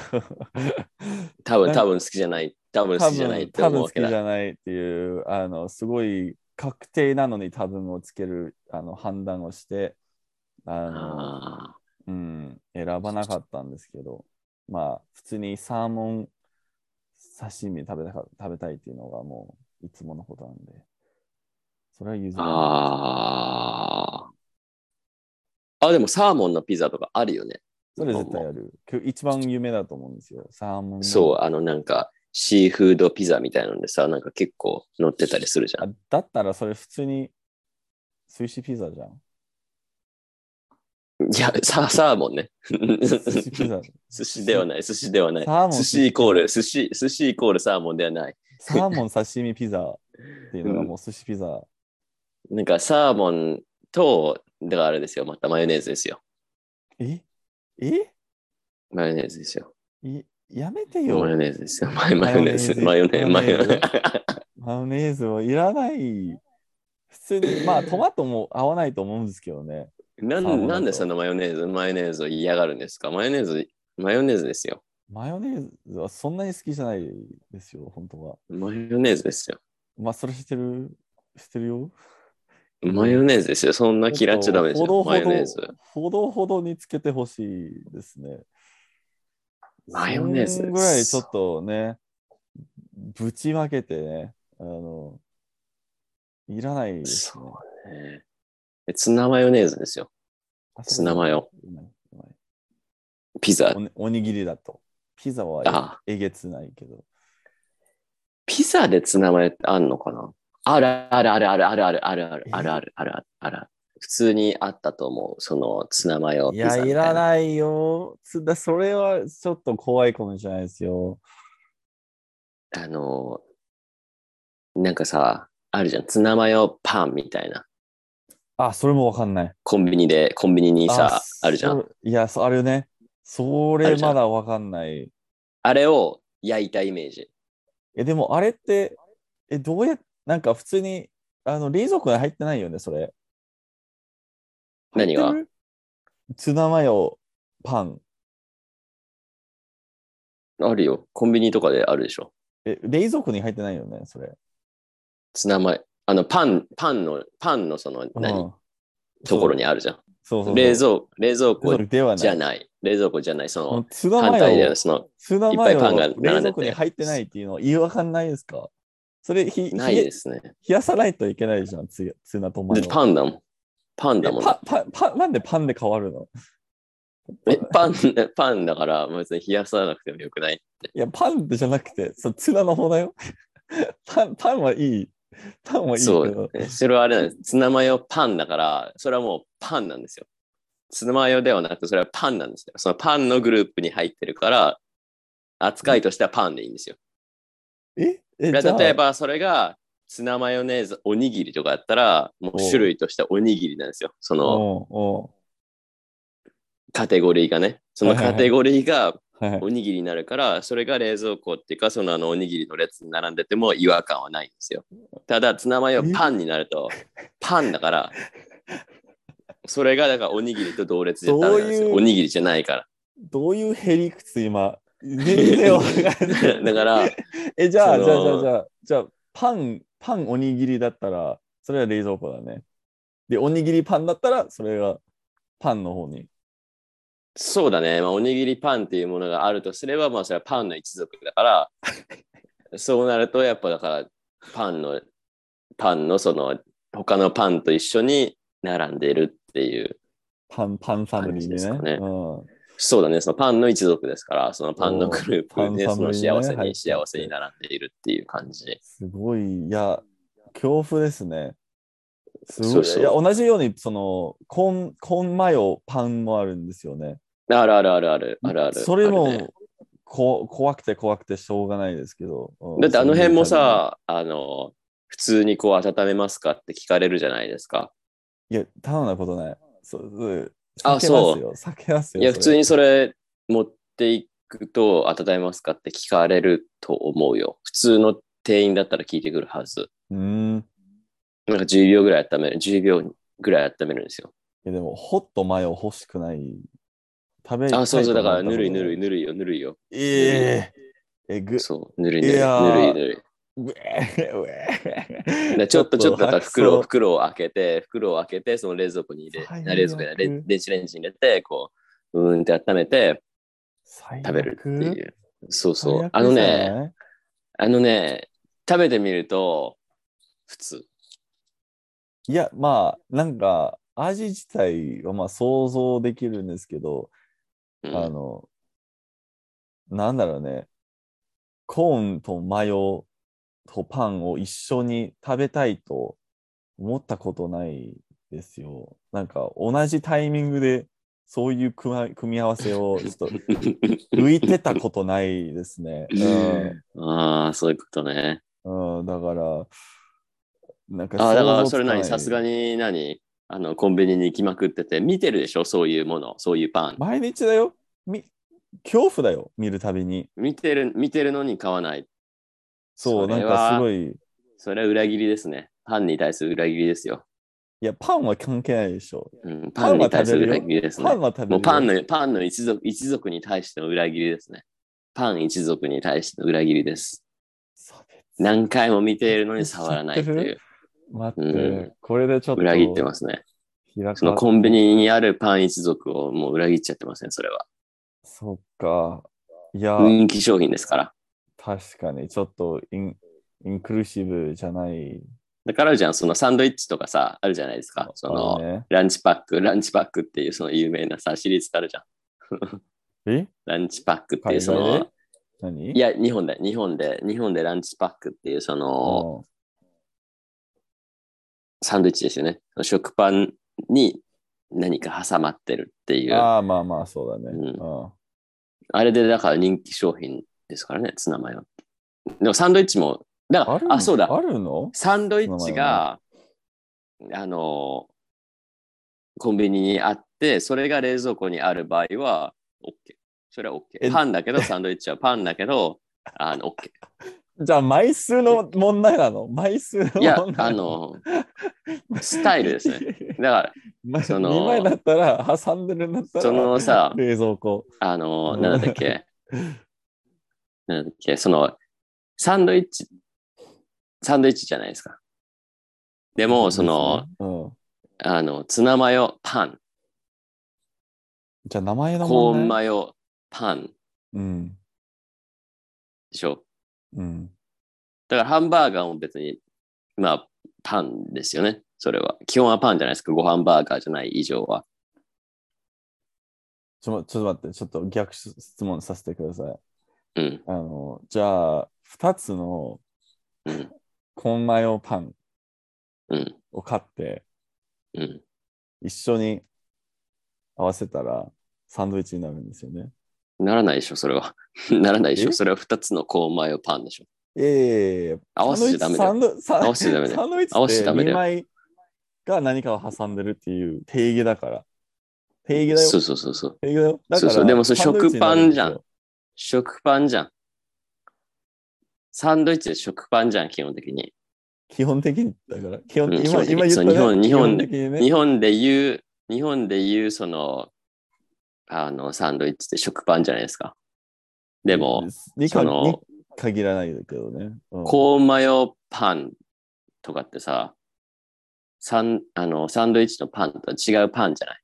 Speaker 2: 多分、
Speaker 1: なんか
Speaker 2: 多分好きじゃない。多分好
Speaker 1: 多
Speaker 2: きじゃないっ
Speaker 1: 分、
Speaker 2: て
Speaker 1: 多
Speaker 2: 思
Speaker 1: 分
Speaker 2: う
Speaker 1: 好
Speaker 2: わ
Speaker 1: き
Speaker 2: け
Speaker 1: じ
Speaker 2: だ。
Speaker 1: ゃないっていう、あの、すごい確定なのに多分をつけるあの判断をして、あの、
Speaker 2: あ
Speaker 1: うん、選ばなかったんですけど、まあ、普通にサーモン刺身食べたか食べたいっていうのがもういつものことなんで、それは譲
Speaker 2: ー
Speaker 1: らない。
Speaker 2: あー。あ、でもサーモンのピザとかあるよね。
Speaker 1: それ絶対ある。今日一番有名だと思うんですよ。サーモンの。
Speaker 2: そう、あのなんか、シーフードピザみたいなのでさ、なんか結構乗ってたりするじゃ
Speaker 1: あ
Speaker 2: ん。
Speaker 1: だったらそれ普通に寿司ピザじゃ
Speaker 2: (laughs)
Speaker 1: ん。
Speaker 2: いや、ササーモ
Speaker 1: (laughs)
Speaker 2: ンね。
Speaker 1: 寿司ピザ。
Speaker 2: 寿司ではない、寿司ではない
Speaker 1: サーモン。
Speaker 2: 寿司イコール、寿司、寿司イコールサーモンではない。
Speaker 1: サーモン刺身ピザっていうのがもう寿司ピザ。
Speaker 2: なんかサーモンと、だからあれですよ、またマヨネーズですよ。
Speaker 1: ええ
Speaker 2: マヨネーズですよ。
Speaker 1: いやめて
Speaker 2: マヨ
Speaker 1: よ。
Speaker 2: ネーズですよ。 (laughs) マヨマヨネーズ。マヨネーズ。
Speaker 1: マ
Speaker 2: マ
Speaker 1: ヨ
Speaker 2: ヨ
Speaker 1: ネ
Speaker 2: ネ
Speaker 1: ーズ
Speaker 2: ー
Speaker 1: マヨネーズはいらない。普通に、まあトマトも合わないと思うんですけどね。
Speaker 2: ズ。な
Speaker 1: サーモンだ
Speaker 2: ん
Speaker 1: と
Speaker 2: なんでそのマヨネーズ、マヨネーズを嫌がるんですかマヨネーズ、マヨネーズですよ。
Speaker 1: マヨネーズはそんなに好きじゃないですよ、本当は。
Speaker 2: マヨネーズですよ。
Speaker 1: まあそれしてる、してるよ。
Speaker 2: マヨネーズですよ。そんな嫌っちゃダメです
Speaker 1: ほど
Speaker 2: よ。
Speaker 1: ほ
Speaker 2: マヨネー
Speaker 1: ど
Speaker 2: ズ。、
Speaker 1: ほどほどにつけてほしいですね。
Speaker 2: マヨネーズ
Speaker 1: そんぐらいちょっとね、ぶちまけてね、あの、いらないですね。
Speaker 2: そうね。えツナマヨネーズですよ。
Speaker 1: あ
Speaker 2: ツナマヨ。
Speaker 1: うまいうまい
Speaker 2: ピザ
Speaker 1: お。ねおにぎりだと。ピザは
Speaker 2: あ、
Speaker 1: ええげつないけど。
Speaker 2: ピザでツナマヨってあんのかなあるあるあるあるあるあるあるあるあるあるあるあるある。普通にあったと思う。そのツナマヨ
Speaker 1: い
Speaker 2: ピザみた
Speaker 1: や、
Speaker 2: いな。
Speaker 1: いらないよ。つだそれはちょっと怖いかもしれないですよ。
Speaker 2: あの、なんかさ、あるじゃん。ツナマヨパンみたいな。
Speaker 1: あ、それもわかんない。
Speaker 2: コンビニで、コンビニにさ、あるじゃん。
Speaker 1: そ。いや、そうあるね。そ
Speaker 2: あ
Speaker 1: れ
Speaker 2: るじゃ
Speaker 1: ま
Speaker 2: ん
Speaker 1: だわかんない。
Speaker 2: あれを焼いたイメージ。
Speaker 1: え、でもあれって、え、どうやっなんか普通に、あの、冷蔵庫に入ってないよね、それ。
Speaker 2: 何が
Speaker 1: 入ってるツナマヨ、パン。
Speaker 2: あるよ。コンビニとかであるでしょ。
Speaker 1: え、冷蔵庫に入ってないよね、それ。
Speaker 2: ツナマヨ。あの、パン、パンの、パンのその、
Speaker 1: う
Speaker 2: 何、
Speaker 1: ん
Speaker 2: ところにあるじゃん。
Speaker 1: そうそうそう
Speaker 2: 冷蔵、冷蔵
Speaker 1: 庫
Speaker 2: 庫
Speaker 1: では
Speaker 2: じ
Speaker 1: な
Speaker 2: ゃ
Speaker 1: い。
Speaker 2: ない。冷蔵庫じゃな
Speaker 1: も
Speaker 2: い。
Speaker 1: う
Speaker 2: そ
Speaker 1: ツ
Speaker 2: の、
Speaker 1: ナ
Speaker 2: 反
Speaker 1: マ
Speaker 2: 対だよ。
Speaker 1: ヨ、
Speaker 2: その、
Speaker 1: ツナマヨ
Speaker 2: いっぱいパンが並んでて
Speaker 1: 冷蔵庫に入ってないっていうのは言いわかんないですかそれひ
Speaker 2: ない
Speaker 1: ひ
Speaker 2: ですね。
Speaker 1: 冷やさないといけないじゃん、ツツナとマ
Speaker 2: で、
Speaker 1: ヨ。
Speaker 2: パンだもん。パンだもん。
Speaker 1: えパパパなんでパンで変わるの
Speaker 2: えパン、 (laughs) パンだから、別に冷やさなくてもよくない。
Speaker 1: いや、パンじゃなくて、そうツナの方だよ。 (laughs) パン、パンはいい。パンはいいけ
Speaker 2: そ
Speaker 1: ど
Speaker 2: う。。それはあれなんです。ツナマヨパンだから、それはもうパンなんですよ。ツナマヨではなくて、それはパンなんですよ。そのパンのグループに入ってるから、扱いとしてはパンでいいんですよ。
Speaker 1: ええじゃあ
Speaker 2: 例えば、それがツナマヨネーズおにぎりとかやったら、もう種類としてはおにぎりなんですよ。その
Speaker 1: おうお
Speaker 2: カテゴリーがね。そのカテゴリーが
Speaker 1: うはい
Speaker 2: おにぎりになるから、それが冷蔵庫っていうか、そのあのおにぎりの列に並んでても違和感はないんですよ。ただ、ツナマヨ
Speaker 1: え
Speaker 2: パンになると、パンだから、それがだからおにぎりと同列じゃダメなんです
Speaker 1: どうい
Speaker 2: よ。
Speaker 1: う
Speaker 2: おにぎりじゃないから。
Speaker 1: どういうへりくつ今全然わかんない
Speaker 2: (laughs) だから、
Speaker 1: えじゃあ
Speaker 2: その
Speaker 1: じゃあじゃあじゃあじゃあパンパンおにぎりだったらそれは冷蔵庫だねでおにぎりパンだったらそれがパンの方に
Speaker 2: そうだね、まあ、おにぎりパンっていうものがあるとすれば、まあ、それはパンの一族だから、そうなると、やっぱだから、パンの、パンのその、他のパンと一緒に並んでるっていう。
Speaker 1: パンパンファミリーでね
Speaker 2: 感じですかね
Speaker 1: うん、
Speaker 2: そうだね、そのパンの一族ですから、そのパンのグループで、
Speaker 1: おー
Speaker 2: その幸
Speaker 1: パンファミリーね
Speaker 2: せ
Speaker 1: はい
Speaker 2: に幸せに並んでいるっていう感じ。
Speaker 1: すごいいや恐怖ですねすごい
Speaker 2: そうそう
Speaker 1: いや同じようにそのコーンコーンマヨパンもあるんですよね
Speaker 2: あるあるあるある、あるある。
Speaker 1: それも、
Speaker 2: あるね
Speaker 1: こ怖くて怖くてしょうがないですけど、うん
Speaker 2: だってあの辺もさ、あの、普通にこう温めますかって聞かれるじゃないですか。
Speaker 1: いや、頼んだことない。そう、そう
Speaker 2: あ
Speaker 1: 避けますよ。避けますよ。
Speaker 2: い
Speaker 1: そ
Speaker 2: や、普
Speaker 1: れ
Speaker 2: 通にそれ持っていくと温めますかって聞かれると思うよ。普通の店員だったら聞いてくるはず。
Speaker 1: うーん。い
Speaker 2: なんか10秒ぐらい温める、10秒ぐらい温めるんですよ。
Speaker 1: や、でも、ホットマヨ欲しくない。食べ
Speaker 2: あ、そうそう、だからぬるいぬるい
Speaker 1: い。
Speaker 2: ぬるいよ、ぬるいよ。
Speaker 1: えええぐ、
Speaker 2: そう、ぬるいぬる
Speaker 1: い
Speaker 2: い、
Speaker 1: や
Speaker 2: ぬる
Speaker 1: ー
Speaker 2: いぬるい。
Speaker 1: うえうえ
Speaker 2: でちょっとちょっとだから袋
Speaker 1: 白
Speaker 2: を袋を開けて、袋を開けて、その冷蔵庫に入れ、
Speaker 1: 最悪
Speaker 2: あ冷蔵庫やレ電子レンジに入れて、こう、うーんって温めて
Speaker 1: 菜
Speaker 2: 食べるってい
Speaker 1: 最悪。
Speaker 2: う。そう
Speaker 1: 最
Speaker 2: そう
Speaker 1: 悪。
Speaker 2: あの
Speaker 1: じゃない
Speaker 2: ね、。あのね、食べてみると、普通。
Speaker 1: いや、まあ、なんか、味自体はまあ想像できるんですけど、
Speaker 2: うん
Speaker 1: あの、なんだろうね、コーンとマヨとパンを一緒に食べたいと思ったことないですよ。なんか同じタイミングでそういう組ま組み合わせをちょっ
Speaker 2: (laughs)
Speaker 1: と浮いてたことないですね。
Speaker 2: ああ、そういうことね。
Speaker 1: うん、うん、だから、なんか
Speaker 2: ああ、だか
Speaker 1: 想
Speaker 2: ら
Speaker 1: 像つ
Speaker 2: それ
Speaker 1: か
Speaker 2: な
Speaker 1: な
Speaker 2: に、
Speaker 1: い
Speaker 2: さすがに何あの、コンビニに行きまくってて、見てるでしょそういうもの、そういうパン。
Speaker 1: 毎日だよ。み恐怖だよ、見るたびに。
Speaker 2: 見てる、見てるのに買わない。
Speaker 1: そう、
Speaker 2: そ
Speaker 1: なん
Speaker 2: れは
Speaker 1: かすごい。
Speaker 2: それは裏切りですね。パンに対する裏切りですよ。
Speaker 1: いや、パンは関係ないでしょ。
Speaker 2: うん、パンに対する裏切りですね
Speaker 1: パ。ンは食べる
Speaker 2: も
Speaker 1: よ
Speaker 2: うパンのパンの一族一族に対しての裏切りですね。パン一族に対しての裏切りです。
Speaker 1: 差別
Speaker 2: 何回も見ているのに触らないっていう、
Speaker 1: 待って、
Speaker 2: うん
Speaker 1: これでちょっと
Speaker 2: 裏切ってますね。
Speaker 1: 開
Speaker 2: その
Speaker 1: か
Speaker 2: コンビニにあるパン一族をもう裏切っちゃってますね、それは。
Speaker 1: そっか。いや、
Speaker 2: 人気商品ですから。
Speaker 1: 確かに、ちょっとインインクルーシブじゃない
Speaker 2: だからあるじゃん、そのサンドイッチとかさ、あるじゃないですか。その、
Speaker 1: あれね、
Speaker 2: ランチパック、ランチパックっていうその有名なさ、シリーズってあるじゃん。
Speaker 1: え
Speaker 2: ランチパックっていうそ
Speaker 1: 海外
Speaker 2: の
Speaker 1: で、何
Speaker 2: いや、日本で、日本で、日本でランチパックっていうその、
Speaker 1: うん
Speaker 2: サンドイッチですよね。その食パンに何か挟まってるっていう。あ
Speaker 1: ああ、まあまあ、そうだね。
Speaker 2: うん
Speaker 1: うん
Speaker 2: れでだから人気商品ですからね、ツナマヨ。でもサンドイッチも、だか
Speaker 1: ある
Speaker 2: ら、あ、そうだ。
Speaker 1: あるの
Speaker 2: サンドイッチが、あの、コンビニにあって、それが冷蔵庫にある場合は、OK。それは
Speaker 1: え
Speaker 2: OK。パンだけど、サンドイッチはパンだけど、あの、OK。
Speaker 1: じゃあ、枚数の問題なの枚数の問題
Speaker 2: いや、あ、の、スタイルで
Speaker 1: (laughs)
Speaker 2: す
Speaker 1: ね。
Speaker 2: だから、
Speaker 1: そ
Speaker 2: そ
Speaker 1: の
Speaker 2: の
Speaker 1: 2枚だったら、挟んでるんだったら、
Speaker 2: そのさ
Speaker 1: 冷蔵庫。
Speaker 2: あの、
Speaker 1: うん
Speaker 2: なんだっ (laughs) け、なんだっけ、その、サンドイッチ、サンドイッチじゃないですか。でも、その、
Speaker 1: うん、
Speaker 2: あの、ツナマヨ、パン、
Speaker 1: じゃあ、名前の
Speaker 2: コー
Speaker 1: 問
Speaker 2: ン
Speaker 1: 題。
Speaker 2: マヨ、パン
Speaker 1: うん。
Speaker 2: でしょ。
Speaker 1: うん。
Speaker 2: だからハンバーガーも別に、まあ、パンですよね。それは。基本はパンじゃないですか。ご飯バーガーじゃない以上は。
Speaker 1: ちょちょっと待って、ちょっと逆質問させてください。
Speaker 2: うん。
Speaker 1: あの、じゃあ、2つの
Speaker 2: うん。
Speaker 1: コーンマヨパン
Speaker 2: うん。
Speaker 1: を買って、
Speaker 2: うん。
Speaker 1: 一緒に合わせたら、サンドイッチになるんですよね。
Speaker 2: ならないでしょ、それは。 (laughs) ならないでし
Speaker 1: え
Speaker 2: ょ。それは2つのコーンマヨパンでしょ。
Speaker 1: ええ
Speaker 2: 合わせちゃダメだよ
Speaker 1: サンドイッチサンド
Speaker 2: 合わせちゃダメだよ
Speaker 1: サンドイッチ
Speaker 2: 合わせちゃ
Speaker 1: っ
Speaker 2: ダ
Speaker 1: て
Speaker 2: メだ
Speaker 1: 2
Speaker 2: よ
Speaker 1: 枚が何かを挟んでるっていう定義だから。定義だよ。
Speaker 2: (laughs) そうそうそうそう。
Speaker 1: 定義だよ。だから
Speaker 2: そうそうでもそれ
Speaker 1: サンドイッチになるですよ
Speaker 2: 食パンじゃん。食パンじゃん。サンドイッチで食パンじゃん、基本的に。
Speaker 1: 基本的に、だから、基本、
Speaker 2: うん基
Speaker 1: 今
Speaker 2: 本的に
Speaker 1: 今言った、ね、
Speaker 2: そう日本日本
Speaker 1: 基的にね
Speaker 2: 日本で言う、日本で言う、その、あの、サンドイッチって食パンじゃないですか。でも、
Speaker 1: にか
Speaker 2: その
Speaker 1: に限らないけどね。うん
Speaker 2: コーンマヨパンとかってさ、サンあのサンドイッチのパンとは違うパンじゃない。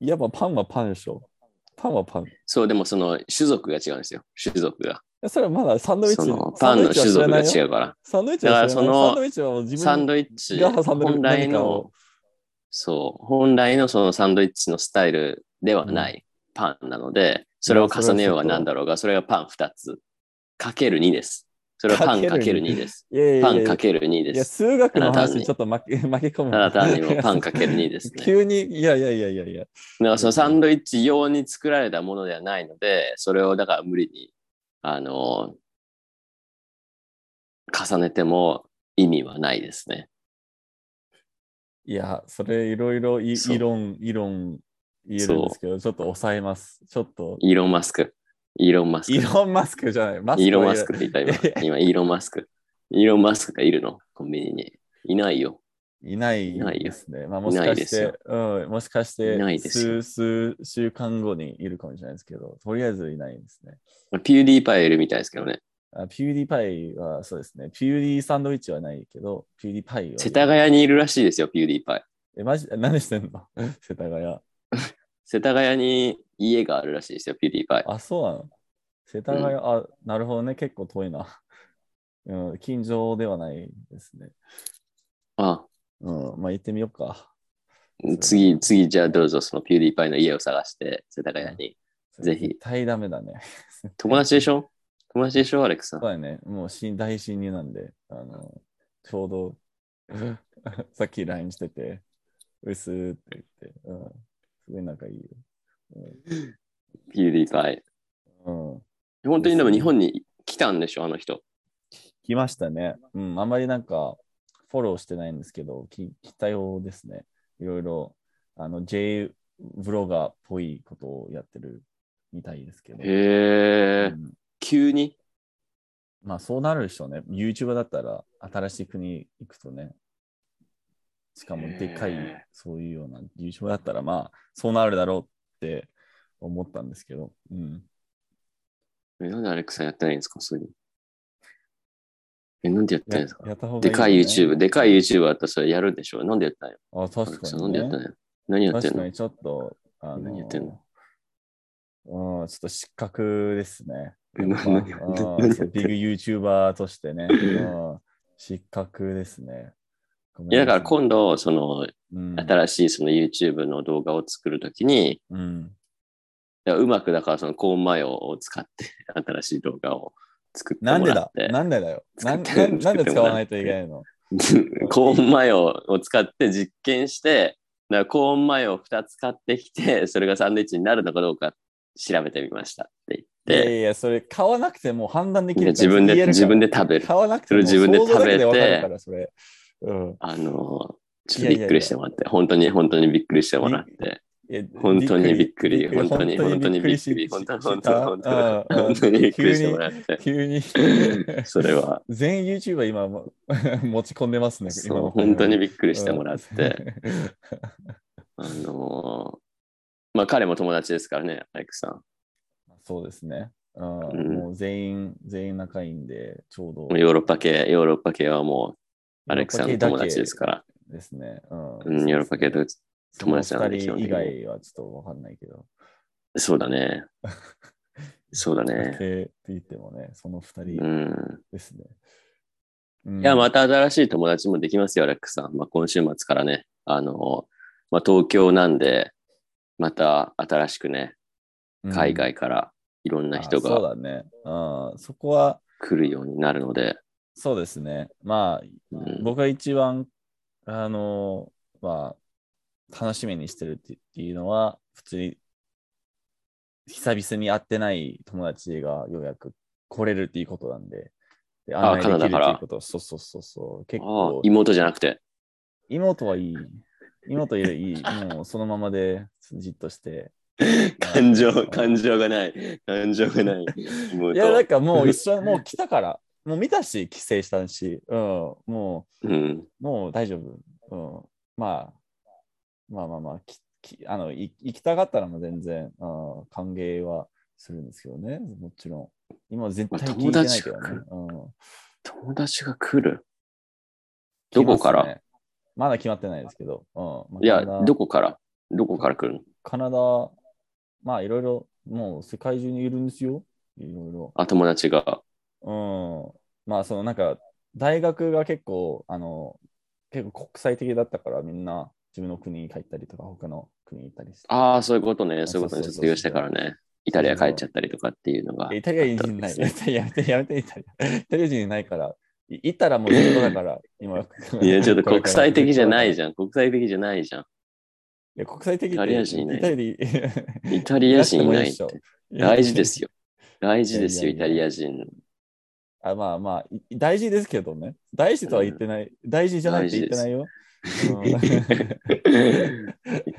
Speaker 1: やっぱパンはパンでしょ。パンはパン。い
Speaker 2: そう、でもその種族が違うんですよ。種族が。
Speaker 1: やそれはまだサンドイッチ
Speaker 2: そのパンの種族が違うから。
Speaker 1: サンドイッチは知らないよ
Speaker 2: だからその
Speaker 1: サンドイッチは知らないサンドイッチはもう自分
Speaker 2: サンドイッチ、
Speaker 1: が挟んでる
Speaker 2: 本来
Speaker 1: 何かを
Speaker 2: の、そう、本来のそのサンドイッチのスタイルではないパンなので、それを重ねようがなんだろうが、それがパン2つ。かける2です。それはパンかける2です。
Speaker 1: いやいやいや
Speaker 2: パンかける2
Speaker 1: い
Speaker 2: で
Speaker 1: や、
Speaker 2: す。
Speaker 1: 数学の
Speaker 2: あなた
Speaker 1: 話
Speaker 2: に
Speaker 1: ちょっと巻き (laughs) 巻き込む。
Speaker 2: ただ単にもうパンかける2ですね。
Speaker 1: 急に、いやいやいやいやいや。
Speaker 2: だからそのサンドイッチ用に作られたものではないので、それをだから無理に、あの、重ねても意味はないですね。
Speaker 1: いや、それいろいろい
Speaker 2: そう
Speaker 1: 異論、異論言えるんですけど、ちょっと抑えます。ちょっと、
Speaker 2: イーロン・マスク。イーロン・マスク。
Speaker 1: イーロン・マスクじゃない。マ
Speaker 2: イーロン・
Speaker 1: は
Speaker 2: マ
Speaker 1: い
Speaker 2: ス
Speaker 1: る
Speaker 2: クって言っ
Speaker 1: い
Speaker 2: た今。今、イーロン・マスク。イーロン・マスクがいるのコンビニに。いないよ。
Speaker 1: いない
Speaker 2: いないよ
Speaker 1: ですね。まあ、もし
Speaker 2: いな
Speaker 1: か
Speaker 2: いで
Speaker 1: し
Speaker 2: す
Speaker 1: て
Speaker 2: よ、
Speaker 1: うん、もしかし
Speaker 2: いな
Speaker 1: て
Speaker 2: いです
Speaker 1: 数、
Speaker 2: よ
Speaker 1: 数週間後にいるかもしれないですけど、とりあえずいないですね。
Speaker 2: ピューディーパイいるみたいですけどね。
Speaker 1: あピューディパイはそうですね。ピューディサンドイッチはないけど、ピューディパイは。
Speaker 2: 世田谷にいるらしいですよ、ピューディーパイ。
Speaker 1: え、マジ、え何してんの (laughs) 世田谷。
Speaker 2: 世田谷に家があるらしいですよ、ピューディーパイ。
Speaker 1: あ、そうなの世田谷、
Speaker 2: うん
Speaker 1: あ、なるほどね。結構遠いな。 (laughs) うん、近所ではないですね。
Speaker 2: あ
Speaker 1: うん、まあ行ってみようか。
Speaker 2: 次、次、じゃあどうぞ、そのピューディーパイの家を探して、世田谷に。ぜひ
Speaker 1: 絶対ダメだね。
Speaker 2: 友達でしょ友達でしょアレックさん
Speaker 1: そ。うだね。もう新大親友なんで、あの、ちょうど、 (laughs) さっき LINE してて、うっすーって言って、うん、すごい仲いいよ。
Speaker 2: ピューディーパイ。
Speaker 1: うん。
Speaker 2: 本当にでも日本に来たんでしょあの人。
Speaker 1: 来ましたね。うん、あんまりなんか、フォローしてないんですけど、き来たようですね。いろいろ、あの、J ブロガーっぽいことをやってるみたいですけど。
Speaker 2: へえ
Speaker 1: う。ん
Speaker 2: 急に
Speaker 1: まあ、そうなるでしょうね。YouTuber だったら、新しい国行くとね。しかも、
Speaker 2: へー
Speaker 1: でっかい、そういうような YouTuber だったら、まあ、そうなるだろうって思ったんですけど。うん。
Speaker 2: えなんでアレックさんやってないんですかそういう。え、なんでやってないんですか
Speaker 1: やった方がい
Speaker 2: で
Speaker 1: いよね、
Speaker 2: かい YouTube、でかい YouTuber だったらそれやるんでしょなんでやったんや
Speaker 1: あ、
Speaker 2: アレ
Speaker 1: 確
Speaker 2: ック
Speaker 1: か
Speaker 2: さん、な
Speaker 1: に、
Speaker 2: んでやったん
Speaker 1: ね。
Speaker 2: や何やってん
Speaker 1: 確か
Speaker 2: の
Speaker 1: に、ちょっと、あの
Speaker 2: 何やってんの
Speaker 1: うん、ちょっと失格ですね。
Speaker 2: え
Speaker 1: やっぱ
Speaker 2: な
Speaker 1: う
Speaker 2: 何
Speaker 1: ん
Speaker 2: 何何やってんの
Speaker 1: ビッグ YouTuber としてね、うん失格ですね。ご
Speaker 2: い
Speaker 1: めん
Speaker 2: や
Speaker 1: なさ
Speaker 2: だから今度、その、
Speaker 1: うん、
Speaker 2: 新しいその YouTube の動画を作るときに、
Speaker 1: うん。
Speaker 2: いやうまくだからそのコーンマヨを使って、 (laughs) 新しい動画を作って
Speaker 1: なん
Speaker 2: も
Speaker 1: で
Speaker 2: ら
Speaker 1: だ
Speaker 2: って。
Speaker 1: なんでだよなん
Speaker 2: 作って
Speaker 1: ななんで
Speaker 2: 作って
Speaker 1: 使
Speaker 2: も
Speaker 1: わ
Speaker 2: ら
Speaker 1: な
Speaker 2: っ
Speaker 1: いといけないの
Speaker 2: (laughs) コーンマヨを使って実験して、だからコーンマヨを2つ買ってきて、それがサンドイッチになるのかどうか調べてみましたって
Speaker 1: い
Speaker 2: 言っ
Speaker 1: や
Speaker 2: て、
Speaker 1: いや、それ買わなくてもう判断でき
Speaker 2: で
Speaker 1: る
Speaker 2: 自分で自分
Speaker 1: で
Speaker 2: で食べる。
Speaker 1: 買わなくても
Speaker 2: それ自分で
Speaker 1: 想像だけ
Speaker 2: 食べて
Speaker 1: わかるから、それ。うん。
Speaker 2: あの、ち
Speaker 1: い
Speaker 2: ょ
Speaker 1: や
Speaker 2: っ
Speaker 1: いやい
Speaker 2: と
Speaker 1: や
Speaker 2: びっくりしてもらって、本当に本当にびっくりしてもらって、
Speaker 1: いや
Speaker 2: 本当にびっくり、本当に本
Speaker 1: 本
Speaker 2: 当
Speaker 1: 当
Speaker 2: に
Speaker 1: に
Speaker 2: び
Speaker 1: び
Speaker 2: っ
Speaker 1: っ
Speaker 2: く
Speaker 1: く
Speaker 2: り、
Speaker 1: り
Speaker 2: 本当に
Speaker 1: し
Speaker 2: 本
Speaker 1: た
Speaker 2: 当に本当
Speaker 1: うん
Speaker 2: に
Speaker 1: うん
Speaker 2: 本当にびっくりしてもらって、
Speaker 1: (laughs) 急に。
Speaker 2: それは、
Speaker 1: 全 YouTuber 今も (laughs) 持ち込んでますね。今
Speaker 2: そう
Speaker 1: の
Speaker 2: 本当に
Speaker 1: びっく
Speaker 2: びっくりしてもらって、。あの、まあ彼も友達ですからね、アイクさん。
Speaker 1: (laughs) そうですね。うん
Speaker 2: ん
Speaker 1: もう全員、全員仲いいんで、ちょうど
Speaker 2: もうヨーロッパ系、ヨーロッパ系はもう、アレックさんの友達です
Speaker 1: ら。
Speaker 2: から。
Speaker 1: ですね。うん
Speaker 2: うん、ヨーロッパ系と、友達なんで
Speaker 1: その二人
Speaker 2: 基
Speaker 1: 以
Speaker 2: 本的
Speaker 1: 外はちょっとわかんないけど。
Speaker 2: そうだ (laughs) ね。そうだね。
Speaker 1: 系って言ってもね、その二
Speaker 2: う
Speaker 1: 人
Speaker 2: ん。
Speaker 1: ですね。
Speaker 2: いや、ま
Speaker 1: た。
Speaker 2: た新しい友達もできますよ、アレックさん。まあ、今週末からね、あの、まあ、東京なんで、また新しくね、
Speaker 1: うん
Speaker 2: 海外からいろんな人
Speaker 1: あそう
Speaker 2: が
Speaker 1: だね。あそこは、
Speaker 2: 来るようになるので、
Speaker 1: そうですね。まあ、
Speaker 2: うん
Speaker 1: 僕が一番、あの、まあ、楽しみにしてるってっていうのは、普通に、久々に会ってない友達がようやく来れるっていうことなんで、で
Speaker 2: あ
Speaker 1: 案内できる
Speaker 2: カナダか
Speaker 1: っ
Speaker 2: ら
Speaker 1: ていうこと、そうそうそうそう、結
Speaker 2: ああ
Speaker 1: 構、
Speaker 2: 妹じゃなくて、
Speaker 1: 妹はいい。妹いるいい。もうそのままでじっとして。
Speaker 2: 感情、感情がない、感情がない妹。
Speaker 1: いや、なんかもう一緒、もう来たから。もう見たし、帰省したし、うん、も
Speaker 2: うん、
Speaker 1: う、もう大丈夫。うん、まあ、まあまあまあ、ききあのい行きたかったらもう全然、うん、歓迎はするんですけどね、もちろん。今は絶対聞いてないけど
Speaker 2: まあ友達が
Speaker 1: ね
Speaker 2: 来る。
Speaker 1: うん
Speaker 2: 友達が来る。どこから
Speaker 1: 来ますねまだ決まってないですけど。うんまあ
Speaker 2: いや、
Speaker 1: カナダ
Speaker 2: どこからどこから来るの
Speaker 1: カナダ、まあいろいろ、もう世界中にいるんですよ。いろ
Speaker 2: あ、友達が。
Speaker 1: いろ。うん。まあそのなんか、大学が結構、あの、結構国際的だったから、みんな自分の国に帰ったりとか、他の国に行ったりして。
Speaker 2: ああ、そういうことね。そういうことね。
Speaker 1: そうそうそうそう
Speaker 2: 卒業してからね。イタリア帰っちゃったりとかっていうのが
Speaker 1: いや。イタリア人いない。
Speaker 2: そう
Speaker 1: (laughs)
Speaker 2: で
Speaker 1: イタリアやめて、やめて、イタリア。イタリア人いないから、い行ったらもう仕事だから、今。
Speaker 2: いや、ちょっと国際的じゃない
Speaker 1: ゃん。い
Speaker 2: じゃん。国際的じゃないじゃ
Speaker 1: や国際的って
Speaker 2: イタリア人いない
Speaker 1: イタリア人
Speaker 2: ん。イタリア人いないっ
Speaker 1: いなくても
Speaker 2: て。
Speaker 1: いや
Speaker 2: (laughs) 大事ですよ。大事ですよ、イ
Speaker 1: いや
Speaker 2: タ
Speaker 1: いやいや
Speaker 2: リア人。
Speaker 1: (laughs) あまあまあ、い大事ですけどね。大事とは言ってない。大事じゃないって言ってないよ。
Speaker 2: (laughs) イ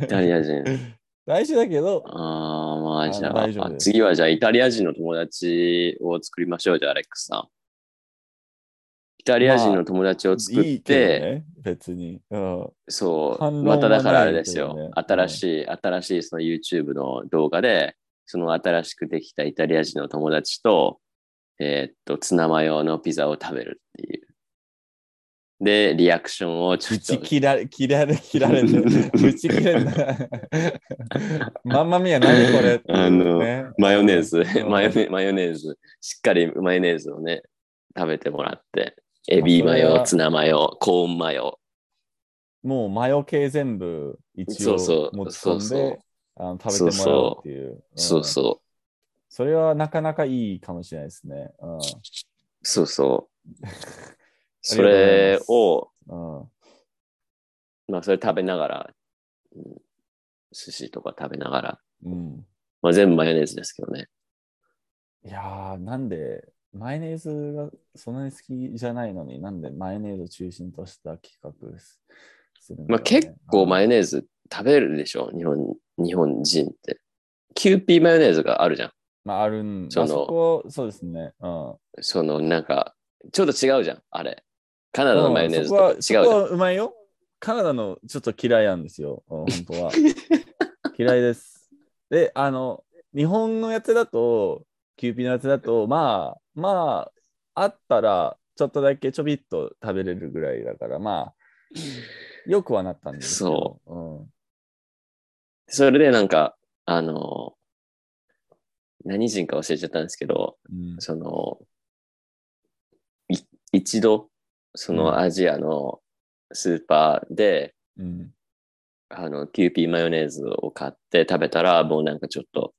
Speaker 2: タリア人。
Speaker 1: 大事だけど、
Speaker 2: ああ、まあじゃ
Speaker 1: あ大丈
Speaker 2: あ
Speaker 1: 夫、です
Speaker 2: 次はじゃあイタリア人の友達を作りましょう、じゃあ、アレックスさん。イタリア人の友達を作っ
Speaker 1: いいけ
Speaker 2: て、
Speaker 1: どね、別に。うん。
Speaker 2: そう、
Speaker 1: 反論は
Speaker 2: まただからあれです
Speaker 1: ない
Speaker 2: よ。
Speaker 1: けどね
Speaker 2: 新しい、新しいその YouTube の動画で、その新しくできたイタリア人の友達と、えーっと、ツナマヨのピザを食べるっていう。で、リアクションをちょ
Speaker 1: 打
Speaker 2: っと
Speaker 1: ち。切られ、切られ、切られて、打ち切れんな。 (laughs) まんまみや、何これっていうね、
Speaker 2: マヨネーズ
Speaker 1: う、ん
Speaker 2: マヨネマヨネーズ、しっかりマヨネーズをね、食べてもらって、エビマ
Speaker 1: それ
Speaker 2: ヨ、
Speaker 1: は
Speaker 2: ツナマヨ、コーンマヨ、
Speaker 1: もうマヨ系全部一応
Speaker 2: そうそう
Speaker 1: 持ち込んで
Speaker 2: そうそう
Speaker 1: あの食べてもらうっていう。
Speaker 2: そうんそ
Speaker 1: それはなかなかいいかもしれないですね。うん
Speaker 2: う、そうそう。そ
Speaker 1: ありがとうございま
Speaker 2: れ
Speaker 1: す
Speaker 2: を、
Speaker 1: うん
Speaker 2: まあそれ食べながら、うん寿司とか食べながら、
Speaker 1: うん、
Speaker 2: まあ全部マヨネーズですけどね。
Speaker 1: いやー、なんで、マヨネーズがそんなに好きじゃないのに、なんでマヨネーズを中心とした企画です。するんだ
Speaker 2: まあ
Speaker 1: ろうね
Speaker 2: 結構マヨ
Speaker 1: あ
Speaker 2: ネーズ食べるでしょ、日本、日本人って。キューピーマヨネーズがあるじゃん。
Speaker 1: まあ、あるん
Speaker 2: そ
Speaker 1: そ
Speaker 2: の
Speaker 1: あそこ、そうですね。うん。
Speaker 2: そのなんか、ちょっと違うじゃん、あれ。カナダのマヨネーズと
Speaker 1: うん
Speaker 2: か違
Speaker 1: そ
Speaker 2: うじゃ
Speaker 1: こは、そ
Speaker 2: ん
Speaker 1: こ。はうまいよ。カナダのちょっと嫌いなんですよ、うん本当
Speaker 2: (laughs)
Speaker 1: は。嫌いです。で、あの、日本のやつだと、キューピーのやつだと、まあ、まあ、あったら、ちょっとだけちょびっと食べれるぐらいだから、まあ、よくはなったんですけど。うん
Speaker 2: それでなんか、あの、何人か忘れちゃったんですけど、
Speaker 1: うん
Speaker 2: その、い一度、そうの
Speaker 1: ん
Speaker 2: アジアのスーパーで、
Speaker 1: うん。
Speaker 2: あの、キューピーマヨネーズを買って食べたら、もうなんかちょっと、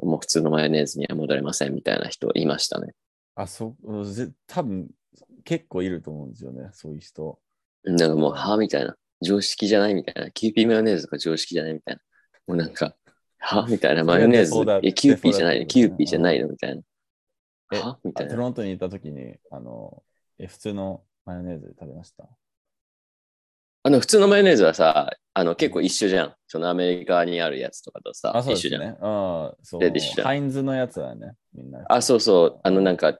Speaker 2: もう普通のマヨネーズには戻れませんみたいな人いましたね。
Speaker 1: あ、そう、ぜ多分結構いると思うんですよね、そういう人。
Speaker 2: なんかもう、はみたいな。常識じゃないみたいな。キューピーマヨネーズが常識じゃないみたいな。もうなんか、はみたいな。マヨネーズ
Speaker 1: デフォだ、
Speaker 2: え、キューピーじゃない
Speaker 1: デ
Speaker 2: の、
Speaker 1: フォだってことね
Speaker 2: キューピーじゃないのみたい
Speaker 1: え
Speaker 2: な。はみ
Speaker 1: あ
Speaker 2: たい
Speaker 1: ト
Speaker 2: な。
Speaker 1: ロントにいた時に、あの、え、普通のマヨネーズ食べました。
Speaker 2: あの、普通のマヨネーズはさ、あの、結構一緒じゃん。そのアメリカにあるやつとかとさ
Speaker 1: あ、、そう
Speaker 2: 一
Speaker 1: で
Speaker 2: 緒
Speaker 1: す
Speaker 2: じゃん。
Speaker 1: ね。あそう。
Speaker 2: で一緒じゃん
Speaker 1: ハインズのやつだね、みんな。
Speaker 2: あ、そうそう。あの、なんか、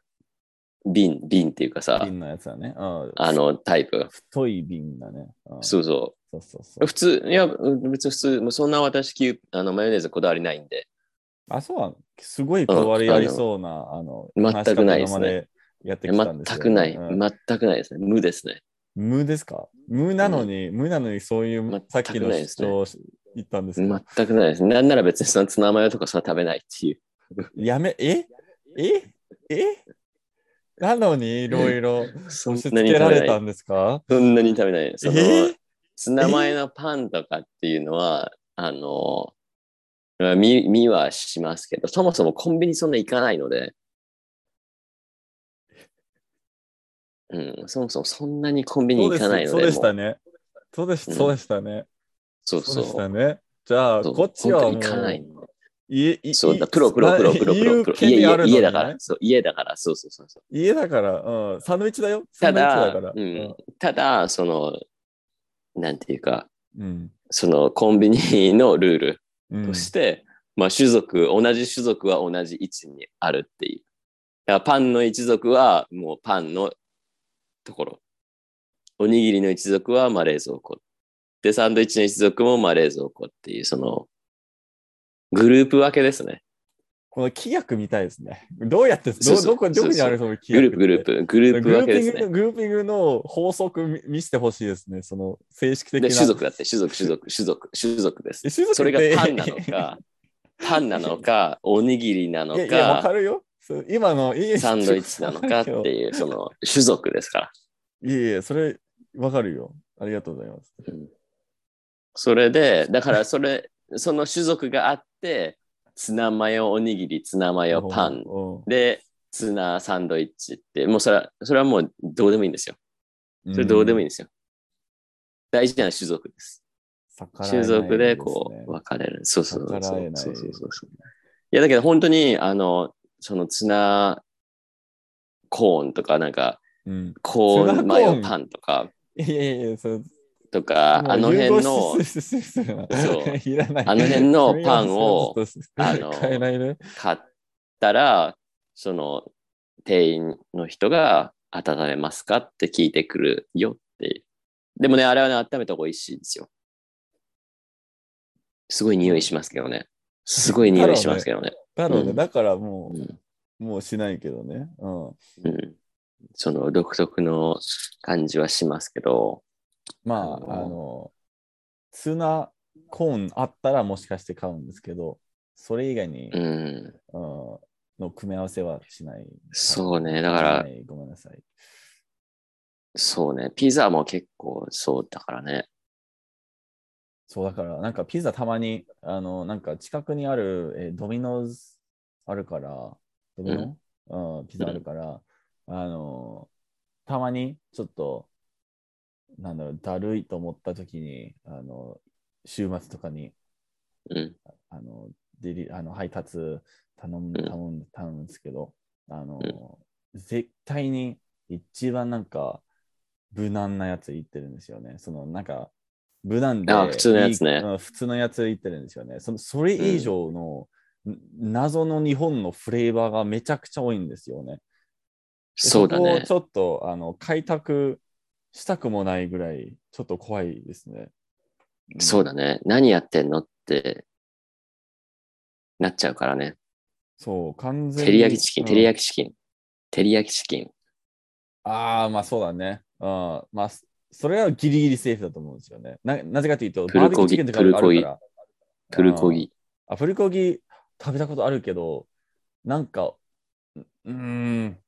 Speaker 2: 瓶、瓶っていうかさ、
Speaker 1: 瓶のやつだね。うん
Speaker 2: あ、の、タイプが。
Speaker 1: 太い瓶だね。うん
Speaker 2: そうそ。
Speaker 1: そうそうそうう。
Speaker 2: 普通、いや、別に普通、もうそんな私、キューあのマヨネーズこだわりないんで。
Speaker 1: あ、そうは、すごいこだわりありそうな、あの、
Speaker 2: 全くないですね
Speaker 1: 話し方まやって
Speaker 2: 全
Speaker 1: きたんですよ
Speaker 2: くない、
Speaker 1: うん
Speaker 2: 全くないですね。無ですね。
Speaker 1: 無ですか無なのに、無なのにそういう、さっ
Speaker 2: 全
Speaker 1: き
Speaker 2: く
Speaker 1: の
Speaker 2: ないで
Speaker 1: 主
Speaker 2: すね
Speaker 1: 張をし言ったんですけど、
Speaker 2: 全くないです。なんなら別にそのツナマヨとかそんな食べないっていう。
Speaker 1: やめ、えええなのにいろいろ
Speaker 2: そん
Speaker 1: 押し
Speaker 2: な
Speaker 1: 付
Speaker 2: に
Speaker 1: け
Speaker 2: 食
Speaker 1: ら
Speaker 2: べ
Speaker 1: れ
Speaker 2: な
Speaker 1: た
Speaker 2: い。
Speaker 1: んですか
Speaker 2: そんなに食べない。
Speaker 1: え
Speaker 2: その、ツナマヨのパンとかっていうのは、あの、見見はしますけど、そもそもコンビニそんな行かないので、うん、そもそもそんなにコンビニ
Speaker 1: そう
Speaker 2: 行
Speaker 1: です
Speaker 2: かないの
Speaker 1: そう
Speaker 2: で、
Speaker 1: でした
Speaker 2: もう
Speaker 1: ね。そうでし
Speaker 2: うん
Speaker 1: そうでしたね。
Speaker 2: そう
Speaker 1: そうでし
Speaker 2: そ
Speaker 1: た
Speaker 2: う。
Speaker 1: ね。じゃあ、
Speaker 2: そう
Speaker 1: こっちはも、
Speaker 2: 本当に行かないう
Speaker 1: 家、い
Speaker 2: そうだ、
Speaker 1: い
Speaker 2: プロ、プロ、プロ、プロ、プロ、プロ。
Speaker 1: 家
Speaker 2: 家、
Speaker 1: にあるの
Speaker 2: 家、
Speaker 1: にね
Speaker 2: 家だから。そう、家だから。そうそうそうそう。
Speaker 1: 家だから、うん、サンドイッチだよ。サ
Speaker 2: た
Speaker 1: ンドイッチ
Speaker 2: だ
Speaker 1: だから。
Speaker 2: うん、ただ、その、なんていうか、
Speaker 1: うん。
Speaker 2: そのコンビニのルール
Speaker 1: うん
Speaker 2: として、まあ種族、同じ種族は同じ位置にあるっていう。だからパンの一族はもうパンのところ。おにぎりの一族はまあ冷蔵庫。で、サンドイッチの一族もまあ冷蔵庫っていう、その、グループ分けですね。
Speaker 1: この規約みたいですね。どうやって、
Speaker 2: そう
Speaker 1: ど
Speaker 2: そう
Speaker 1: どこ、どこにあるその規
Speaker 2: グ
Speaker 1: 約
Speaker 2: ル
Speaker 1: っ
Speaker 2: ー
Speaker 1: て
Speaker 2: プ、グループ、グループ分けですね。
Speaker 1: グルーピングの法則み見せてほしいですね。その正式的
Speaker 2: で、
Speaker 1: な。
Speaker 2: 種族だって、種族、種族、種族、種族です。
Speaker 1: え種族
Speaker 2: それがパンなの
Speaker 1: って
Speaker 2: か、パンなのか、おにぎりな
Speaker 1: (laughs)
Speaker 2: の
Speaker 1: いやいや、わか
Speaker 2: か、
Speaker 1: るよ。そう今の、いや
Speaker 2: サンドイッチなのかっていう、その種族ですから。
Speaker 1: いやいや、それ、わかるよ。ありがとうございます。
Speaker 2: それで、だからそれ、その種族があって、ツナマヨおにぎり、ツナマヨパン
Speaker 1: う
Speaker 2: で、ツナサンドイッチって、もうそれは、それはもうどうでもいいんですよ。
Speaker 1: ん
Speaker 2: それどうでもいい
Speaker 1: い。
Speaker 2: んですよ。大事なのは種族です。
Speaker 1: 逆らえない
Speaker 2: 種族でこう
Speaker 1: で
Speaker 2: 分かれる。そうそうそ
Speaker 1: 逆
Speaker 2: う
Speaker 1: ら
Speaker 2: そ
Speaker 1: え
Speaker 2: う
Speaker 1: ない
Speaker 2: そうそうそう。いや、だけど本当に、あの、そのツナコーンとか、なんか、
Speaker 1: すねうん
Speaker 2: コ
Speaker 1: ツナコー
Speaker 2: ー
Speaker 1: ン
Speaker 2: ンマヨパンとか、
Speaker 1: いやいやいや、それ
Speaker 2: とか、あの辺の、そう
Speaker 1: いらない
Speaker 2: あの辺のパンを、
Speaker 1: あ
Speaker 2: あ
Speaker 1: の
Speaker 2: の
Speaker 1: 買えないね。
Speaker 2: 買ったら、その、店員の人が、温めますかって聞いてくるよっていう。でもね、あれはね、温めた方が美味しいんですよ。すごい匂いしますけどね。すごい匂いしますけどね。
Speaker 1: だろうね、
Speaker 2: うん
Speaker 1: だからも
Speaker 2: うん
Speaker 1: う、もうしないけどね。うん。
Speaker 2: うん。その独特の感じはしますけど、
Speaker 1: まあ、
Speaker 2: あの
Speaker 1: あの、ツナコーンあったらもしかして買うんですけど、それ以外に、
Speaker 2: うん、
Speaker 1: うんの組み合わせはしない。
Speaker 2: そうねだから
Speaker 1: はいごめんなさい。
Speaker 2: そうね。ピザも結構そうだからね。
Speaker 1: そう、だから、なんかピザたまに、あの、なんか近くにある、えードミノズあるから、ドミノ、うんピザあるから、あの、たまにちょっと、なんだろう、だるいと思った時に、あの、週末とかに、
Speaker 2: うん。
Speaker 1: あの、デリあの配達頼む、
Speaker 2: うん
Speaker 1: 頼む、頼むんですけど、あの、
Speaker 2: う
Speaker 1: 絶対に一番なんか、無難なやつ言ってるんですよね。その、なんか、無難でいい。
Speaker 2: あ普通のやつね
Speaker 1: うん普通のやつ言ってるんですよね。そのそれ以上の、ん謎の日本のフレーバーがめちゃくちゃ多いんですよね。で
Speaker 2: そうだね
Speaker 1: そ。こをちょっと、あの、開拓したくもないぐらい、ちょっと怖いですね。
Speaker 2: そうだね。何やってんのってなっちゃうからね。
Speaker 1: そう、完全
Speaker 2: 照り焼きチキン、照り
Speaker 1: き
Speaker 2: 焼きチキン、照り焼きチキン。
Speaker 1: ああ、まあそうだね。うん。まあ、そそれはギリギリセーフだと思うんですよね。ななぜかというと、
Speaker 2: プル
Speaker 1: バーベキュ
Speaker 2: コギ
Speaker 1: ーチキンとかある
Speaker 2: プルコギ
Speaker 1: あるから
Speaker 2: プルコギ。
Speaker 1: あ、プルコギ食べたことあるけど、なんか、ううーん、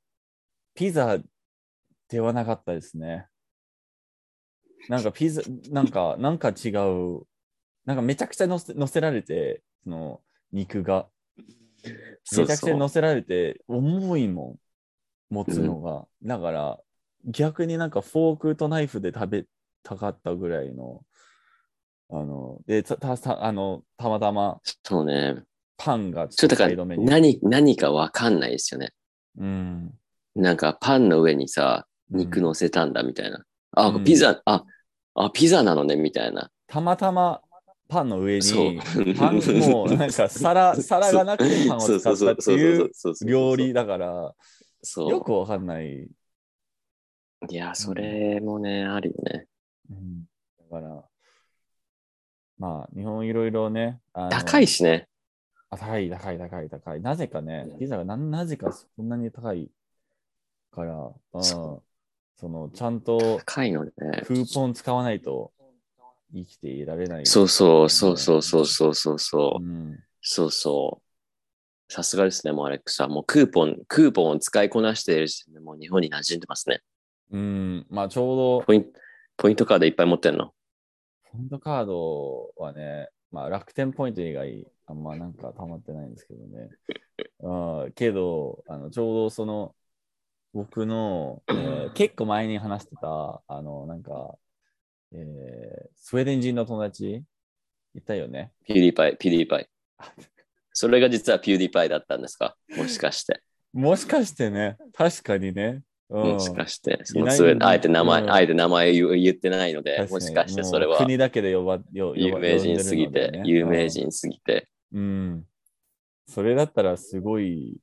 Speaker 1: ピザではなかったですね。なんかピザ、なん
Speaker 2: (laughs)
Speaker 1: か、なんか違う、なんかめちゃくちゃ乗せ乗せられて、その肉が。
Speaker 2: そ
Speaker 1: め
Speaker 2: う
Speaker 1: ちゃくち
Speaker 2: そ
Speaker 1: ゃ
Speaker 2: う
Speaker 1: 乗せられて、重いもん、持つのが。だから、逆になんかフォークとナイフで食べたかったぐらいの、あの、で、たたたあのたまたま
Speaker 2: そうね。
Speaker 1: パンが
Speaker 2: ちょっとだ
Speaker 1: サ
Speaker 2: か
Speaker 1: イ
Speaker 2: ら
Speaker 1: ドメニュー。
Speaker 2: 何、何かわかんないですよね。
Speaker 1: うん。
Speaker 2: なんかパンの上にさ、肉乗せたんだみたいな。あ、
Speaker 1: うん
Speaker 2: ピザ、あ、あ、ピザなのねみたいな。
Speaker 1: たまたまパンの上
Speaker 2: そう
Speaker 1: に、。パンもうなん
Speaker 2: (laughs)
Speaker 1: か皿、皿がなくてパンを使ったっていう料理だから、
Speaker 2: そう。
Speaker 1: よくわかんない。
Speaker 2: いや、それもね、あるよね。
Speaker 1: うんだから、まあ、日本いろいろね。あの
Speaker 2: 高いしね。
Speaker 1: あ高い、高い、高い、高い。なぜかね
Speaker 2: う、ん
Speaker 1: ピザがななぜかそんなに高いから、うん
Speaker 2: そ
Speaker 1: そのちゃんと
Speaker 2: 高いのね。
Speaker 1: クーポン使わないと生きていられない。
Speaker 2: そうそうそうそうそうそうそうそうう。
Speaker 1: ん。
Speaker 2: そうそう。さすがですね、もうアレックさん。もうクーポン、クーポンを使いこなしているし、もう日本に馴染んでますね。
Speaker 1: うん、まあ、ちょうど、
Speaker 2: ポイント、ポイントカードいっぱい持ってんの。
Speaker 1: ポイントカードはね、まあ、楽天ポイント以外、あんまなんか溜まってないんですけどね。あーけどあの、ちょうどその、僕の、え
Speaker 2: (laughs)
Speaker 1: ー結構前に話してた、あの、なんか、えースウェーデン人の友達いたよね。
Speaker 2: ピューディパイ、ピューディパイ。それが実はピューディパイだったんですかもしかして。
Speaker 1: もしかしてね、確かにね。うん
Speaker 2: もしかして、そ
Speaker 1: い
Speaker 2: の
Speaker 1: ない
Speaker 2: スウェーデンあえて名前、
Speaker 1: うん
Speaker 2: あえて名前言う言ってないので
Speaker 1: 確、か
Speaker 2: も
Speaker 1: に
Speaker 2: しかしてそれ
Speaker 1: もう
Speaker 2: は
Speaker 1: 国だけで呼ば、よ呼ば
Speaker 2: 有名人すぎて、有名。人すぎて。
Speaker 1: 呼んでるのでねうん。うんそれだったらすごい、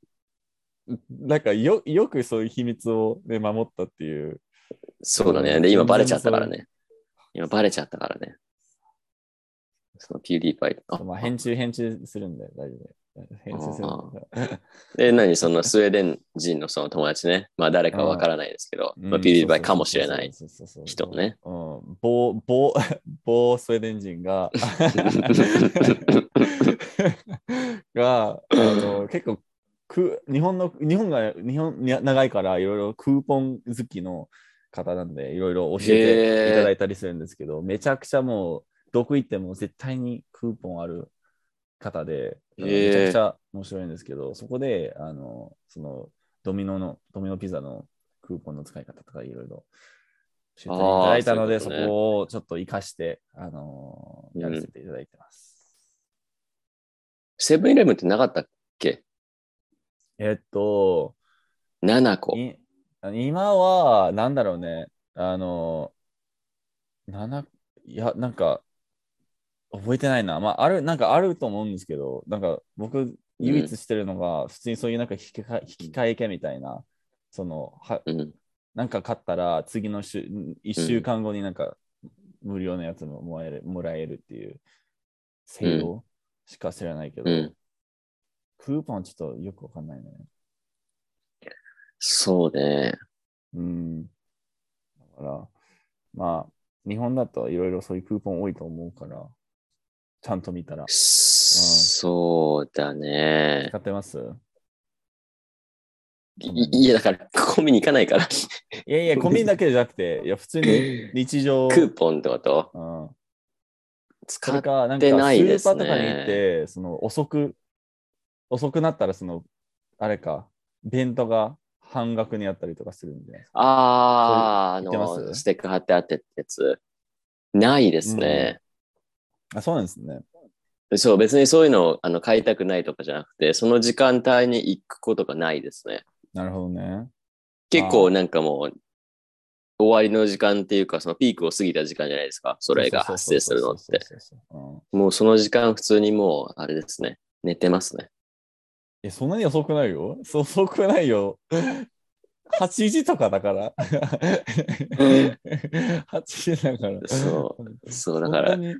Speaker 1: なんかよよくそういう秘密を、ね、守ったっていう。
Speaker 2: そうだ
Speaker 1: う
Speaker 2: ね。
Speaker 1: ん
Speaker 2: で、今バレちゃったからね。今バレちゃったからね。そのピューディーパイ。あ
Speaker 1: まあ、編集、編集するんで大丈夫で。編集するんで。
Speaker 2: で、何そのスウェーデン人のその友達ね。まあ誰かわからないですけど、
Speaker 1: うん
Speaker 2: まあ、ピューディーパイかもしれない。。
Speaker 1: そうそうそうそう
Speaker 2: 人ね。
Speaker 1: うん。某、 (laughs) 某、某スウェーデン人が、
Speaker 2: (laughs)
Speaker 1: が、あの、結構、く日本の、日本が、日本に長いから、いろいろクーポン好きの方なんで、いろいろ教えていただいたりするんですけど、めちゃくちゃもう、どこ行っても絶対にクーポンある方で、
Speaker 2: へ
Speaker 1: め
Speaker 2: ー
Speaker 1: ちゃくちゃ面白いんですけど、そこで、あの、その、ドミノの、ドミノピザのクーポンの使い方とかいろいろ教えていただいたので、
Speaker 2: あー
Speaker 1: そ
Speaker 2: そういうことね
Speaker 1: こをちょっと活かして、あのやらせていただいてます。
Speaker 2: セブンイレブンってなかったっけ
Speaker 1: えっと、
Speaker 2: ?7 個。
Speaker 1: い今は、なんだろうね、あの、7、いや、なんか、覚えてないな。まあ、ある、なんかあると思うんですけど、なんか僕、唯一してるのが、普通にそういうなんか引きか引き換え券みたいな、その、は
Speaker 2: うん。
Speaker 1: なんか買ったら、次の週、1週間後になんか、無料のやつももらえるもらえるっていう、制度しか知らないけど、
Speaker 2: うん。
Speaker 1: クーポンちょっとよくわかんないね。
Speaker 2: そうね。
Speaker 1: うん。だから、まあ、日本だといろいろそういうクーポン多いと思うから、ちゃんと見たら。
Speaker 2: そうだね
Speaker 1: 使。ってます
Speaker 2: いいや、だから、コンビニ行かないから。
Speaker 1: いやいや、コンビニだけじゃなくて、いや、普通に日常、
Speaker 2: クーポンってこと
Speaker 1: うん、そ
Speaker 2: 使
Speaker 1: れ
Speaker 2: っ
Speaker 1: か、なんか、ス
Speaker 2: てないで
Speaker 1: ー
Speaker 2: す
Speaker 1: パ
Speaker 2: ね
Speaker 1: ーとかに行って、その、遅く、遅くなったら、その、あれか、弁当が半額にあったりとかするんじゃないですか。
Speaker 2: ああ、あ
Speaker 1: それ言ってま
Speaker 2: の、
Speaker 1: す
Speaker 2: ステック貼ってあってってやつ。ないですね。
Speaker 1: あ、そうなんですね。
Speaker 2: そう、別にそういうのをあの買いたくないとかじゃなくて、その時間帯に行くことがないですね。
Speaker 1: なるほどね。
Speaker 2: 結構なんかもう、終わりの時間っていうか、そのピークを過ぎた時間じゃないですか。それが発生するのっ
Speaker 1: そう
Speaker 2: て。
Speaker 1: そうそうそう。うん
Speaker 2: もうその時間普通にもう、あれですね。寝てますね。
Speaker 1: え、そんなに遅くないよ。そ遅くないよ。8時とかだから。8時だから。
Speaker 2: そそう、だ
Speaker 1: ん
Speaker 2: か
Speaker 1: な
Speaker 2: ら、
Speaker 1: に。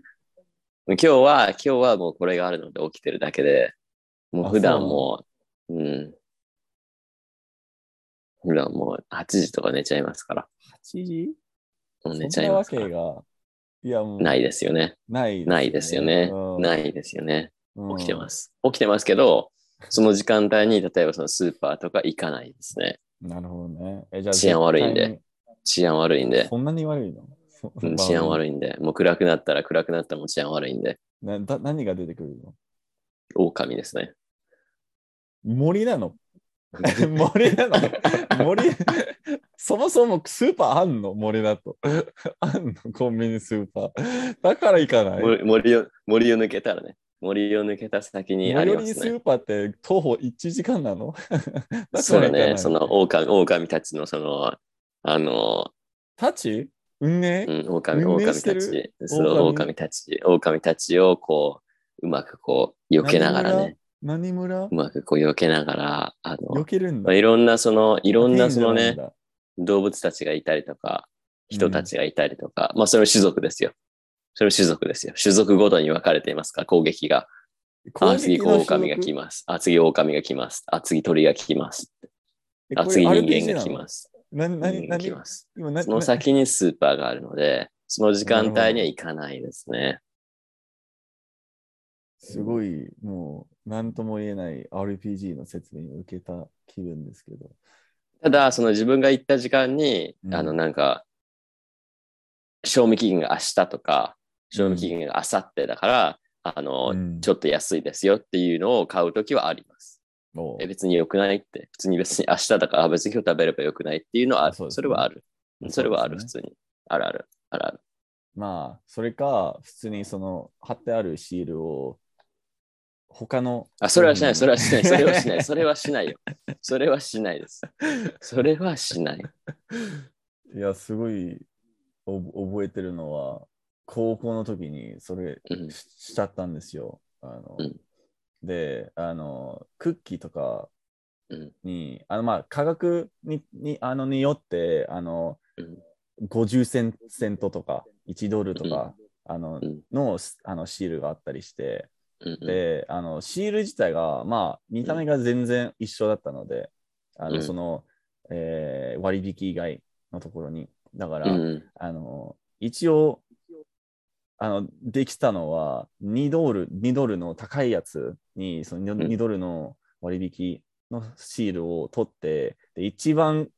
Speaker 2: 今日は、今日はもうこれがあるので起きてるだけで、も
Speaker 1: あ
Speaker 2: う普段
Speaker 1: そう
Speaker 2: もう、うん。普段もう8時とか寝ちゃいますから。
Speaker 1: 8時
Speaker 2: もう寝ち
Speaker 1: そ
Speaker 2: ゃ
Speaker 1: ん
Speaker 2: い
Speaker 1: な
Speaker 2: ま
Speaker 1: わ
Speaker 2: すか
Speaker 1: け
Speaker 2: ら。
Speaker 1: が。いや、もう。
Speaker 2: ないですよね。
Speaker 1: ない。
Speaker 2: ないですよね。
Speaker 1: い。。
Speaker 2: ないですよね。起きてますす。起きてますけど、その時間帯に、例えばそのスーパーとか行かないですね。
Speaker 1: なるほどね。え、じゃあ
Speaker 2: 治安悪いんで
Speaker 1: 絶
Speaker 2: 治安悪いんで、
Speaker 1: そんなに悪いのそ
Speaker 2: うん治安悪
Speaker 1: い
Speaker 2: いんで、もう暗くなったら暗くなったらもう治安悪いんで、
Speaker 1: なだ。何が出てくるの
Speaker 2: 狼です (laughs) ね。
Speaker 1: 森なの (laughs) 森なの森そもそもスーパーあんの森だと。あんのコンビニスーパー。だから行かない。
Speaker 2: 森森を森を抜けたらね、森を抜けた先にあ
Speaker 1: 最
Speaker 2: り
Speaker 1: 寄
Speaker 2: ま
Speaker 1: りス
Speaker 2: すね。
Speaker 1: ーパーって徒歩1時間なの (laughs) だ
Speaker 2: そ
Speaker 1: か
Speaker 2: う
Speaker 1: ら行か
Speaker 2: だ
Speaker 1: ない。
Speaker 2: ね、その狼狼たちのその、あの、
Speaker 1: タチうんね
Speaker 2: う。ん、狼
Speaker 1: 運営
Speaker 2: 狼
Speaker 1: して
Speaker 2: た
Speaker 1: る
Speaker 2: ち、その
Speaker 1: 狼
Speaker 2: 狼たち、狼たちをこう、うまくこう、避けながらね、
Speaker 1: 何村
Speaker 2: うまくこう、避けながら、あ
Speaker 1: 避
Speaker 2: の、
Speaker 1: けるん
Speaker 2: ま
Speaker 1: だ。
Speaker 2: あ、
Speaker 1: い
Speaker 2: いろんなその、いろんなそのね、
Speaker 1: だ。。
Speaker 2: 動物たちがいたりとか、人たちがいたりとか、まあ、それは種族ですよ。それは種族ですよ。種族ごとに分かれていますから、攻撃が。あ、次、こう狼が来ます。あ、次、狼が来ます。あ、次、鳥が来ます。あ、次、人間が来ますす。
Speaker 1: な何
Speaker 2: 人間が
Speaker 1: 何
Speaker 2: 来ます。
Speaker 1: 今な
Speaker 2: その先にスーパーがあるので、その時間帯には行かないですね。
Speaker 1: すごい、もう、なんとも言えない RPG の説明を受けた気分ですけど。
Speaker 2: ただ、その自分が行った時間に、
Speaker 1: うん
Speaker 2: あの、なんか、賞味期限が明日とか、賞味期限が明後日だから、あの、
Speaker 1: うん
Speaker 2: ちょっと安いですよっていうのを買うときはあります。
Speaker 1: おう
Speaker 2: え別に良くないって、普通に別に明日だから、あ別に今日食べれば良くないっていうのはある。
Speaker 1: そ
Speaker 2: そう
Speaker 1: ですね
Speaker 2: れはある。それはあ
Speaker 1: そう
Speaker 2: る、普
Speaker 1: です
Speaker 2: 通に。あるある。あるある。
Speaker 1: まあ、それか、普通にその、貼ってあるシールを、他の。
Speaker 2: あ、それはしない、それはしない、それはしない、
Speaker 1: そ
Speaker 2: それはしないよ。それはしないです。それはしない。
Speaker 1: れ。 (laughs) いや、すごい、お覚えてるのは、高校の時に、それ、
Speaker 2: うん
Speaker 1: ししちゃったんですよ。あの
Speaker 2: うん
Speaker 1: であの、クッキーとか
Speaker 2: うん
Speaker 1: に、あのまあ、価格ににあのによってあの、
Speaker 2: うん
Speaker 1: 50センセントとか1ドルとか、あの
Speaker 2: うん
Speaker 1: のすあのシールがあったりして、
Speaker 2: うんうん
Speaker 1: であのシール自体が、まあ、見た目が全然一緒だったので、あ
Speaker 2: う
Speaker 1: の
Speaker 2: ん
Speaker 1: そのえー割引以外のところに。だから、
Speaker 2: うん
Speaker 1: あの、一応、あの、できたのは、2ドル、2ドルの高いやつに、その
Speaker 2: うん
Speaker 1: 2, ドルの割引のシールを取って、で、一番、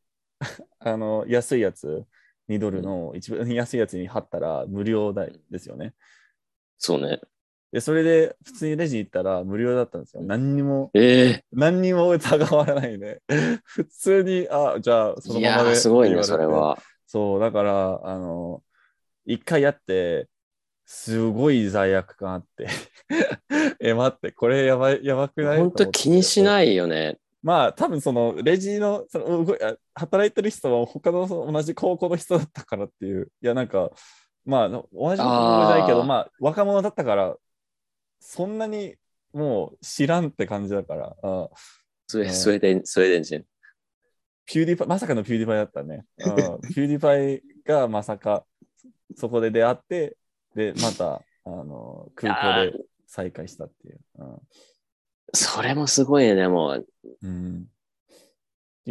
Speaker 1: あの、安いやつ、2ドルの一番安いやつに貼ったら無料だですよね。
Speaker 2: そうね。
Speaker 1: で、それで普通にレジ行ったら無料だったんですよ。何にも、
Speaker 2: ええ
Speaker 1: 何にも疑わないで。 (laughs) 普通に、あ、じゃあその
Speaker 2: い
Speaker 1: まま
Speaker 2: や
Speaker 1: で。
Speaker 2: ー、すごいね、
Speaker 1: って
Speaker 2: そ
Speaker 1: 言わ
Speaker 2: れ
Speaker 1: て
Speaker 2: は。
Speaker 1: そう、だから、あの、一回やって、すごい罪悪感あって。 (laughs) え、待って、これやばい、やばくない
Speaker 2: 本当気にし
Speaker 1: い。
Speaker 2: ないよね。
Speaker 1: まあ、多分その、レジの、その、動いあ働いてる人は他のその同じ高校の人だったからっていう。いや、なんか、まあ、同じ高校じゃないけ
Speaker 2: あ
Speaker 1: ど、
Speaker 2: ー
Speaker 1: まあ、若者だったから、そんなにもう知らんって感じだから。あ
Speaker 2: スウ
Speaker 1: う
Speaker 2: ェ
Speaker 1: ん
Speaker 2: スウェーデンスウェーデン人。
Speaker 1: ピューディパイ、まさかのピューディパイだったね。うん
Speaker 2: (laughs)
Speaker 1: ピューディパイがまさかそこで出会って、で、また、あの、空港で再会したっていう。
Speaker 2: それもすごいね。でも、
Speaker 1: うん。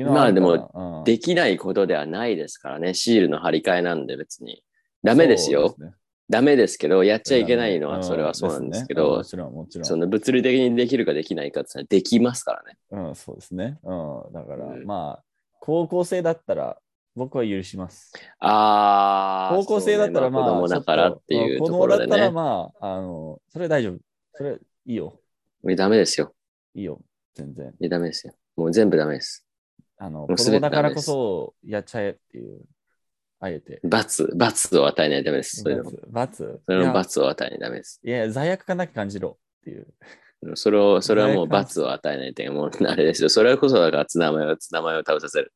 Speaker 2: まあでも
Speaker 1: も
Speaker 2: できないことではないですからね。シールの貼り替えなんで別に。ダメですよ。ダメですけど、やっちゃいけないのはそれはそうなんですけど、
Speaker 1: もちろん、もちろ
Speaker 2: そ
Speaker 1: ん。
Speaker 2: の物理的にできるかできないかってのはできますからね。
Speaker 1: うん、そうですね。うん。だから、
Speaker 2: うん
Speaker 1: まあ、高校生だったら、僕は許します。
Speaker 2: ああ。
Speaker 1: 高校生だったら、まあ、
Speaker 2: そうね子供だからっていう
Speaker 1: ちょ
Speaker 2: と
Speaker 1: っと
Speaker 2: ころで
Speaker 1: 子供だったら、
Speaker 2: ね。
Speaker 1: まあ、あの、それ大丈夫。それ、いいよ。
Speaker 2: ダメですよ。
Speaker 1: いいよ。全然。
Speaker 2: ダメですよ。もう全部ダメです。
Speaker 1: あの、
Speaker 2: も
Speaker 1: 子
Speaker 2: う
Speaker 1: 供
Speaker 2: 全て
Speaker 1: だ
Speaker 2: ダメです
Speaker 1: からこそやっちゃえっていう、あえて。
Speaker 2: 罰、罰を与えないとダメです。それの、
Speaker 1: 罰罰
Speaker 2: それの
Speaker 1: い
Speaker 2: 罰を与えないとダメです。
Speaker 1: や、いや罪悪感だけ感じろっていう。
Speaker 2: それを、それはも
Speaker 1: 罪
Speaker 2: う
Speaker 1: 悪感
Speaker 2: 罰を与えないというもうあれですよ。それこそだからツナマヨ、ツナマヨを食べさせる。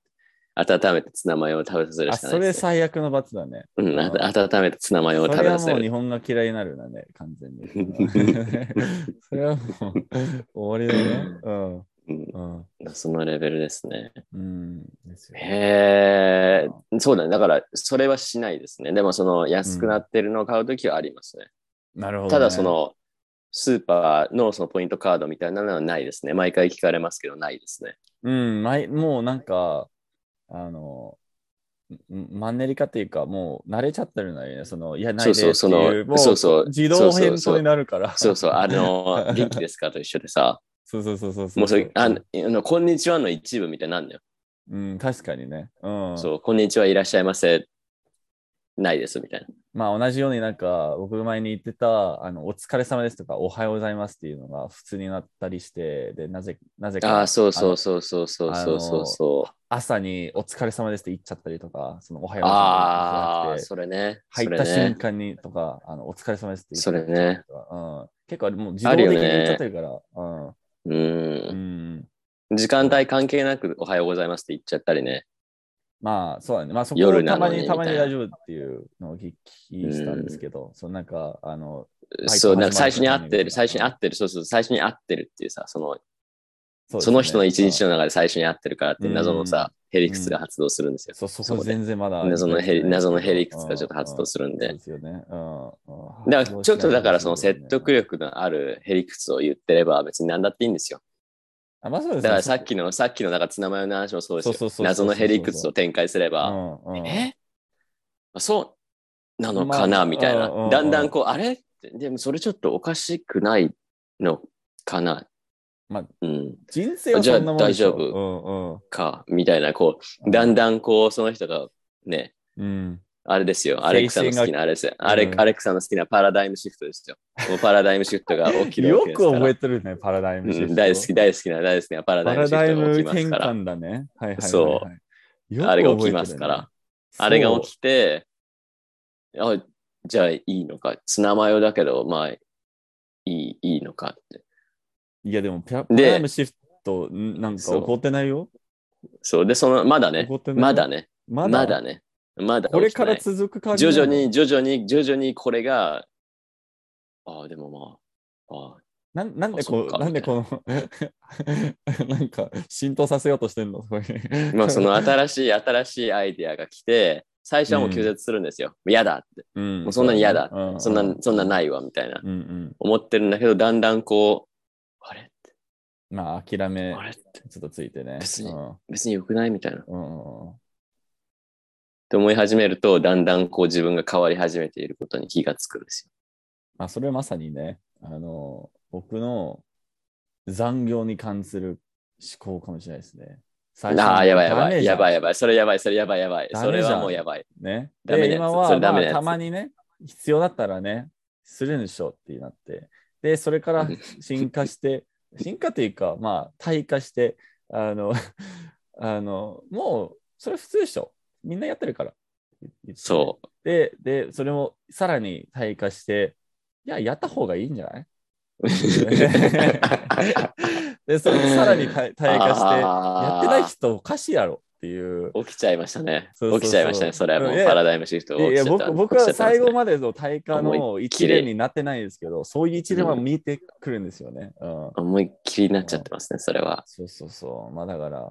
Speaker 2: 温めてツナマヨを食べさせる
Speaker 1: あ、
Speaker 2: しかな
Speaker 1: そ
Speaker 2: いで
Speaker 1: れ
Speaker 2: すね、
Speaker 1: 最悪の罰だね。
Speaker 2: うん、あ温めてツナマヨを
Speaker 1: そ
Speaker 2: 食べ
Speaker 1: れは
Speaker 2: させ
Speaker 1: もう
Speaker 2: る。
Speaker 1: 日本が嫌いになるなね、完全に。それはもう終わりだね。うん。
Speaker 2: うん
Speaker 1: うん。
Speaker 2: そのレベルですね。
Speaker 1: うん。ですよ。
Speaker 2: へえ、そうだね。だから、それはしないですね。でも、その安くなってるのを買うときはありますね。
Speaker 1: なるほど、ね。
Speaker 2: ただ、そ、の、スーパーのそのポイントカードみたいなのはないですね。毎回聞かれますけど、ないですね。
Speaker 1: うん、前もうなんか、あの、んマンネリ化っていうか、もう慣れちゃってるのよね。その、いや、ない
Speaker 2: そう
Speaker 1: ですって
Speaker 2: そ、
Speaker 1: いうう、
Speaker 2: その、
Speaker 1: もう
Speaker 2: そうそう、
Speaker 1: 自動
Speaker 2: そうそ
Speaker 1: 返
Speaker 2: うそ
Speaker 1: 答
Speaker 2: う
Speaker 1: になるから。
Speaker 2: そ
Speaker 1: (laughs)
Speaker 2: うそう、あの、元気ですかと一緒でさ、
Speaker 1: そうそうそうそうそう。
Speaker 2: もうそれ、あの、あのこんにちはの一部みたいになるのよ。
Speaker 1: うん、確かにね。うん。
Speaker 2: そう、こんにちはいらっしゃいませ。ないですみたいな。
Speaker 1: まあ同じようになんか僕が前に言ってたあのお疲れ様ですとかおはようございますっていうのが普通になったりしてでなぜなぜ
Speaker 2: あ
Speaker 1: か
Speaker 2: あ、そうそうそうそうそうそうそうそ
Speaker 1: 朝にお疲れ様ですって言っちゃったりとかそのおは
Speaker 2: う。
Speaker 1: ようござい
Speaker 2: あ
Speaker 1: ま
Speaker 2: あ、
Speaker 1: すって
Speaker 2: それね。
Speaker 1: 入
Speaker 2: そ
Speaker 1: った
Speaker 2: れ
Speaker 1: 瞬
Speaker 2: ね。
Speaker 1: 間にとかあのお疲れ様ですって言っ
Speaker 2: それ
Speaker 1: ちゃったり
Speaker 2: ね。
Speaker 1: とか、うん、結構あれもう自動
Speaker 2: ある
Speaker 1: 的
Speaker 2: よ
Speaker 1: に
Speaker 2: ね
Speaker 1: 言っちゃってるからうん
Speaker 2: う。
Speaker 1: うんん
Speaker 2: 時間帯関係なくおはようございますって言っちゃったりね。
Speaker 1: まあそうだね。まあそこを
Speaker 2: 夜
Speaker 1: た
Speaker 2: な
Speaker 1: ま
Speaker 2: のに
Speaker 1: にたまに
Speaker 2: みたい
Speaker 1: 大
Speaker 2: な
Speaker 1: 丈夫っていうのを聞きしたんですけど、そのなんかあの
Speaker 2: そう、なんか最初に
Speaker 1: バ
Speaker 2: 合
Speaker 1: イト始まる
Speaker 2: ってる、最初に合
Speaker 1: タイミングとか
Speaker 2: ってる、そうそう、最初に合ってるっていうさ、その、
Speaker 1: そ
Speaker 2: そう
Speaker 1: ですね
Speaker 2: の人の一日の中で最初に合ってるからっていう謎のさ、ヘリクスが発動するんですよ。
Speaker 1: そう、そ
Speaker 2: そ
Speaker 1: こ
Speaker 2: こで
Speaker 1: 全然まだ。
Speaker 2: 謎のヘリ、謎のヘリクス
Speaker 1: ス
Speaker 2: がちょっと発動するん
Speaker 1: そ
Speaker 2: で
Speaker 1: う。ですよね。うんうん
Speaker 2: だから、ちょっとだからその説得。
Speaker 1: 発動しない
Speaker 2: 力のあるヘリクスを言ってれば別に何だっていいんですよ。
Speaker 1: あ、まあそうです
Speaker 2: だからさっきの、さっきのなんかツナマヨの話もそうです
Speaker 1: そうそうそう
Speaker 2: よ
Speaker 1: そう。
Speaker 2: 謎のヘリクスを展開すれば、
Speaker 1: の、うんうん
Speaker 2: えあそうなの
Speaker 1: まあ
Speaker 2: かなみたい
Speaker 1: うんうんう
Speaker 2: な。
Speaker 1: ん
Speaker 2: だんだんこう、あれってでもそれちょっとおかしくないのかな
Speaker 1: まあ
Speaker 2: うん。
Speaker 1: 人生はそんなもんでしょ
Speaker 2: じゃあ大丈
Speaker 1: 夫。
Speaker 2: か、みたいな、こ
Speaker 1: う
Speaker 2: う、
Speaker 1: ん
Speaker 2: だんだんこう、その人がね、
Speaker 1: うんうん。
Speaker 2: あれですよ、アレクサの好きな、あれですよ、アレ
Speaker 1: うん
Speaker 2: アレクサの好きなパラダイムシフトですよ。もうパラダイムシフトが起きる
Speaker 1: よ
Speaker 2: わけです
Speaker 1: く
Speaker 2: から。
Speaker 1: 覚えてるね、パラダイムシフ
Speaker 2: う
Speaker 1: ト
Speaker 2: ん、大好き、大好きな、大好きなパラ
Speaker 1: パ
Speaker 2: ダイム
Speaker 1: ラ
Speaker 2: シフ
Speaker 1: ダイ
Speaker 2: トが
Speaker 1: ム
Speaker 2: 起きま
Speaker 1: 転
Speaker 2: すから。
Speaker 1: 換だね。はいはいはいはい。
Speaker 2: そ
Speaker 1: よく覚えてるね。
Speaker 2: あれが起きますからあれが起きて、あ、じゃあいいのか。ツナマヨだけど、まあ、いい、いいのかって。
Speaker 1: そう。いや、でも、パラパラ
Speaker 2: で
Speaker 1: ダイムシフト、んなんか
Speaker 2: そう
Speaker 1: 怒ってないよ。
Speaker 2: そう。で、その、まだね
Speaker 1: 怒って、ない
Speaker 2: まだね、
Speaker 1: まだ。
Speaker 2: まだね、まだ
Speaker 1: これ
Speaker 2: 起き
Speaker 1: か
Speaker 2: てな
Speaker 1: ら
Speaker 2: い。
Speaker 1: 続く感じ
Speaker 2: 徐
Speaker 1: なの。
Speaker 2: 々に、徐々に、徐々にこれが、ああ、でもまあ、ああ、
Speaker 1: なんなんで
Speaker 2: あそ
Speaker 1: こ
Speaker 2: っ
Speaker 1: う、
Speaker 2: か
Speaker 1: なんでこの (laughs) なんか浸透させようとしてんの (laughs) そういう
Speaker 2: まあその新しい新しいアイディアが来て、最初はもう拒絶するんですよ。嫌だって。
Speaker 1: うん
Speaker 2: もうそんなに嫌だ。
Speaker 1: う
Speaker 2: そんな
Speaker 1: う、
Speaker 2: そんなないわ、みたいな。
Speaker 1: うんうん。
Speaker 2: 思ってるんだけど、だんだんこう、あれ
Speaker 1: まあ、諦め、
Speaker 2: あれって
Speaker 1: ちょっとついてね。
Speaker 2: 別に
Speaker 1: うん
Speaker 2: 別に良くないみたいな。っ
Speaker 1: うんうん
Speaker 2: て思い始めると、だんだんこう自分が変わり始めていることに気がつくんです
Speaker 1: まあ、それはまさにね、あの、僕の残業に関する思考かもしれないですね。
Speaker 2: よ。
Speaker 1: 最初
Speaker 2: ああ、やばいやばい。やばい
Speaker 1: い。
Speaker 2: やばい。それやばい、それやばいやばい。
Speaker 1: ダメじゃ
Speaker 2: そ
Speaker 1: ん
Speaker 2: れはもうやばい。
Speaker 1: ね。
Speaker 2: ダメな
Speaker 1: で、
Speaker 2: やつ
Speaker 1: 今は、
Speaker 2: それダメ
Speaker 1: ま
Speaker 2: なや
Speaker 1: あ
Speaker 2: つ
Speaker 1: たまにね、必要だったらね、するんでしょってなって。で、それ
Speaker 2: (laughs)
Speaker 1: から進化して、進化というか、まあ、退化して、あの、 (laughs) あの、もう、それ普通でしょ。みんなやってるから。。
Speaker 2: そう
Speaker 1: (laughs) で、で、それもさらに退化して、いや、やった方がいいんじゃない (laughs) で、それもさらに退退
Speaker 2: う。
Speaker 1: 化して、や
Speaker 2: や
Speaker 1: ってない人おかしいやろっていう。
Speaker 2: 起きちゃいましたね。
Speaker 1: そうそうそう
Speaker 2: 起きちゃいましたね。それはも
Speaker 1: いや
Speaker 2: うパラダイムシフト
Speaker 1: いやいや僕僕は最後までの大化の
Speaker 2: 思いっ
Speaker 1: 一
Speaker 2: きり
Speaker 1: 例になってないですけど、そういう一例は見えてくるんですよね。うん
Speaker 2: で。思いっきりになっちゃってますね、それは。
Speaker 1: そうそうそう。まあだから、あ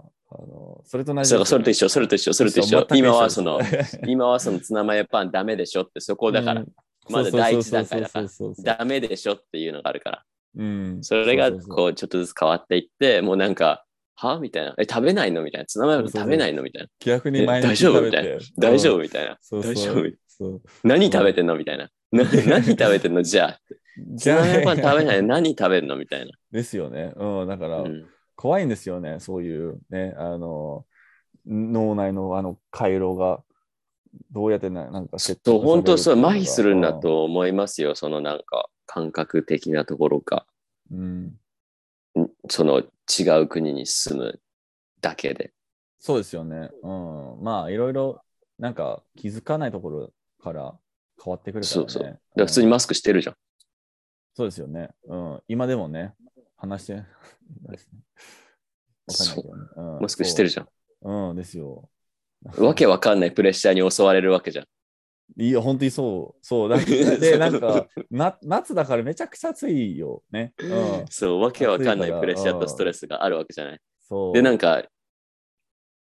Speaker 1: のそれと同じ
Speaker 2: そ
Speaker 1: で
Speaker 2: うか
Speaker 1: す
Speaker 2: そ
Speaker 1: よね、
Speaker 2: れと一緒、それと一緒、それと一
Speaker 1: そう
Speaker 2: 緒
Speaker 1: 全。く
Speaker 2: 今は
Speaker 1: です
Speaker 2: その、今はそのツナマヨパンダメでしょって、そこだから、
Speaker 1: うん
Speaker 2: まだ第一段階だから
Speaker 1: そうそうそうそうそう
Speaker 2: ダメでしょっていうのがあるから、
Speaker 1: うん、
Speaker 2: それが
Speaker 1: ううう
Speaker 2: こう、ちょっとずつ変わっていって、もうなんか、はみたいな。え、食べないのみたいな。ツナマヨパン食べないのみたいな。
Speaker 1: 逆に
Speaker 2: え
Speaker 1: 毎日
Speaker 2: 大丈夫
Speaker 1: 食べて
Speaker 2: みた大丈
Speaker 1: 夫
Speaker 2: 夫みたいな。
Speaker 1: そうそう
Speaker 2: 大丈夫
Speaker 1: そう
Speaker 2: 何食べてんのみたいな。な何食べてんのじゃあ。ツ
Speaker 1: (laughs) じ
Speaker 2: ナ
Speaker 1: ゃ
Speaker 2: マヨパン食べ
Speaker 1: あ、
Speaker 2: ないの何食べるのみたい
Speaker 1: ですよね。うん、だから、
Speaker 2: な。うん
Speaker 1: 怖いんですよね、そういうね、あの、脳内のあの回路が、どうやってななんか説
Speaker 2: そう、本当そう、麻
Speaker 1: 麻
Speaker 2: 痺するんだ。と思いますよ、そのなんか、感覚的なところか、
Speaker 1: うん。
Speaker 2: んその違う国に住むだけで。
Speaker 1: そうですよね。うん。まあ、いろいろ、なんか気づかないところから変わってくるからね。
Speaker 2: そうそ
Speaker 1: う
Speaker 2: うだから
Speaker 1: ん
Speaker 2: 普通にマスクしてるじゃん。
Speaker 1: そうですよね。うん。今でもね、話して、 (laughs) 話してわかんないけどねうん
Speaker 2: マスクしてるじゃん。
Speaker 1: そううん、ですよ。
Speaker 2: わけわかんないプレッシャーに襲われるわけじゃん。
Speaker 1: いや、本当にそう。そう。だで、なん
Speaker 2: (laughs)
Speaker 1: か、な夏だからめちゃくちゃ暑いよね。うん。
Speaker 2: そう、わけわかんな
Speaker 1: 暑いから
Speaker 2: いプレッシャー
Speaker 1: うん
Speaker 2: とストレスがあるわけじゃない。
Speaker 1: そう。
Speaker 2: で、なんか、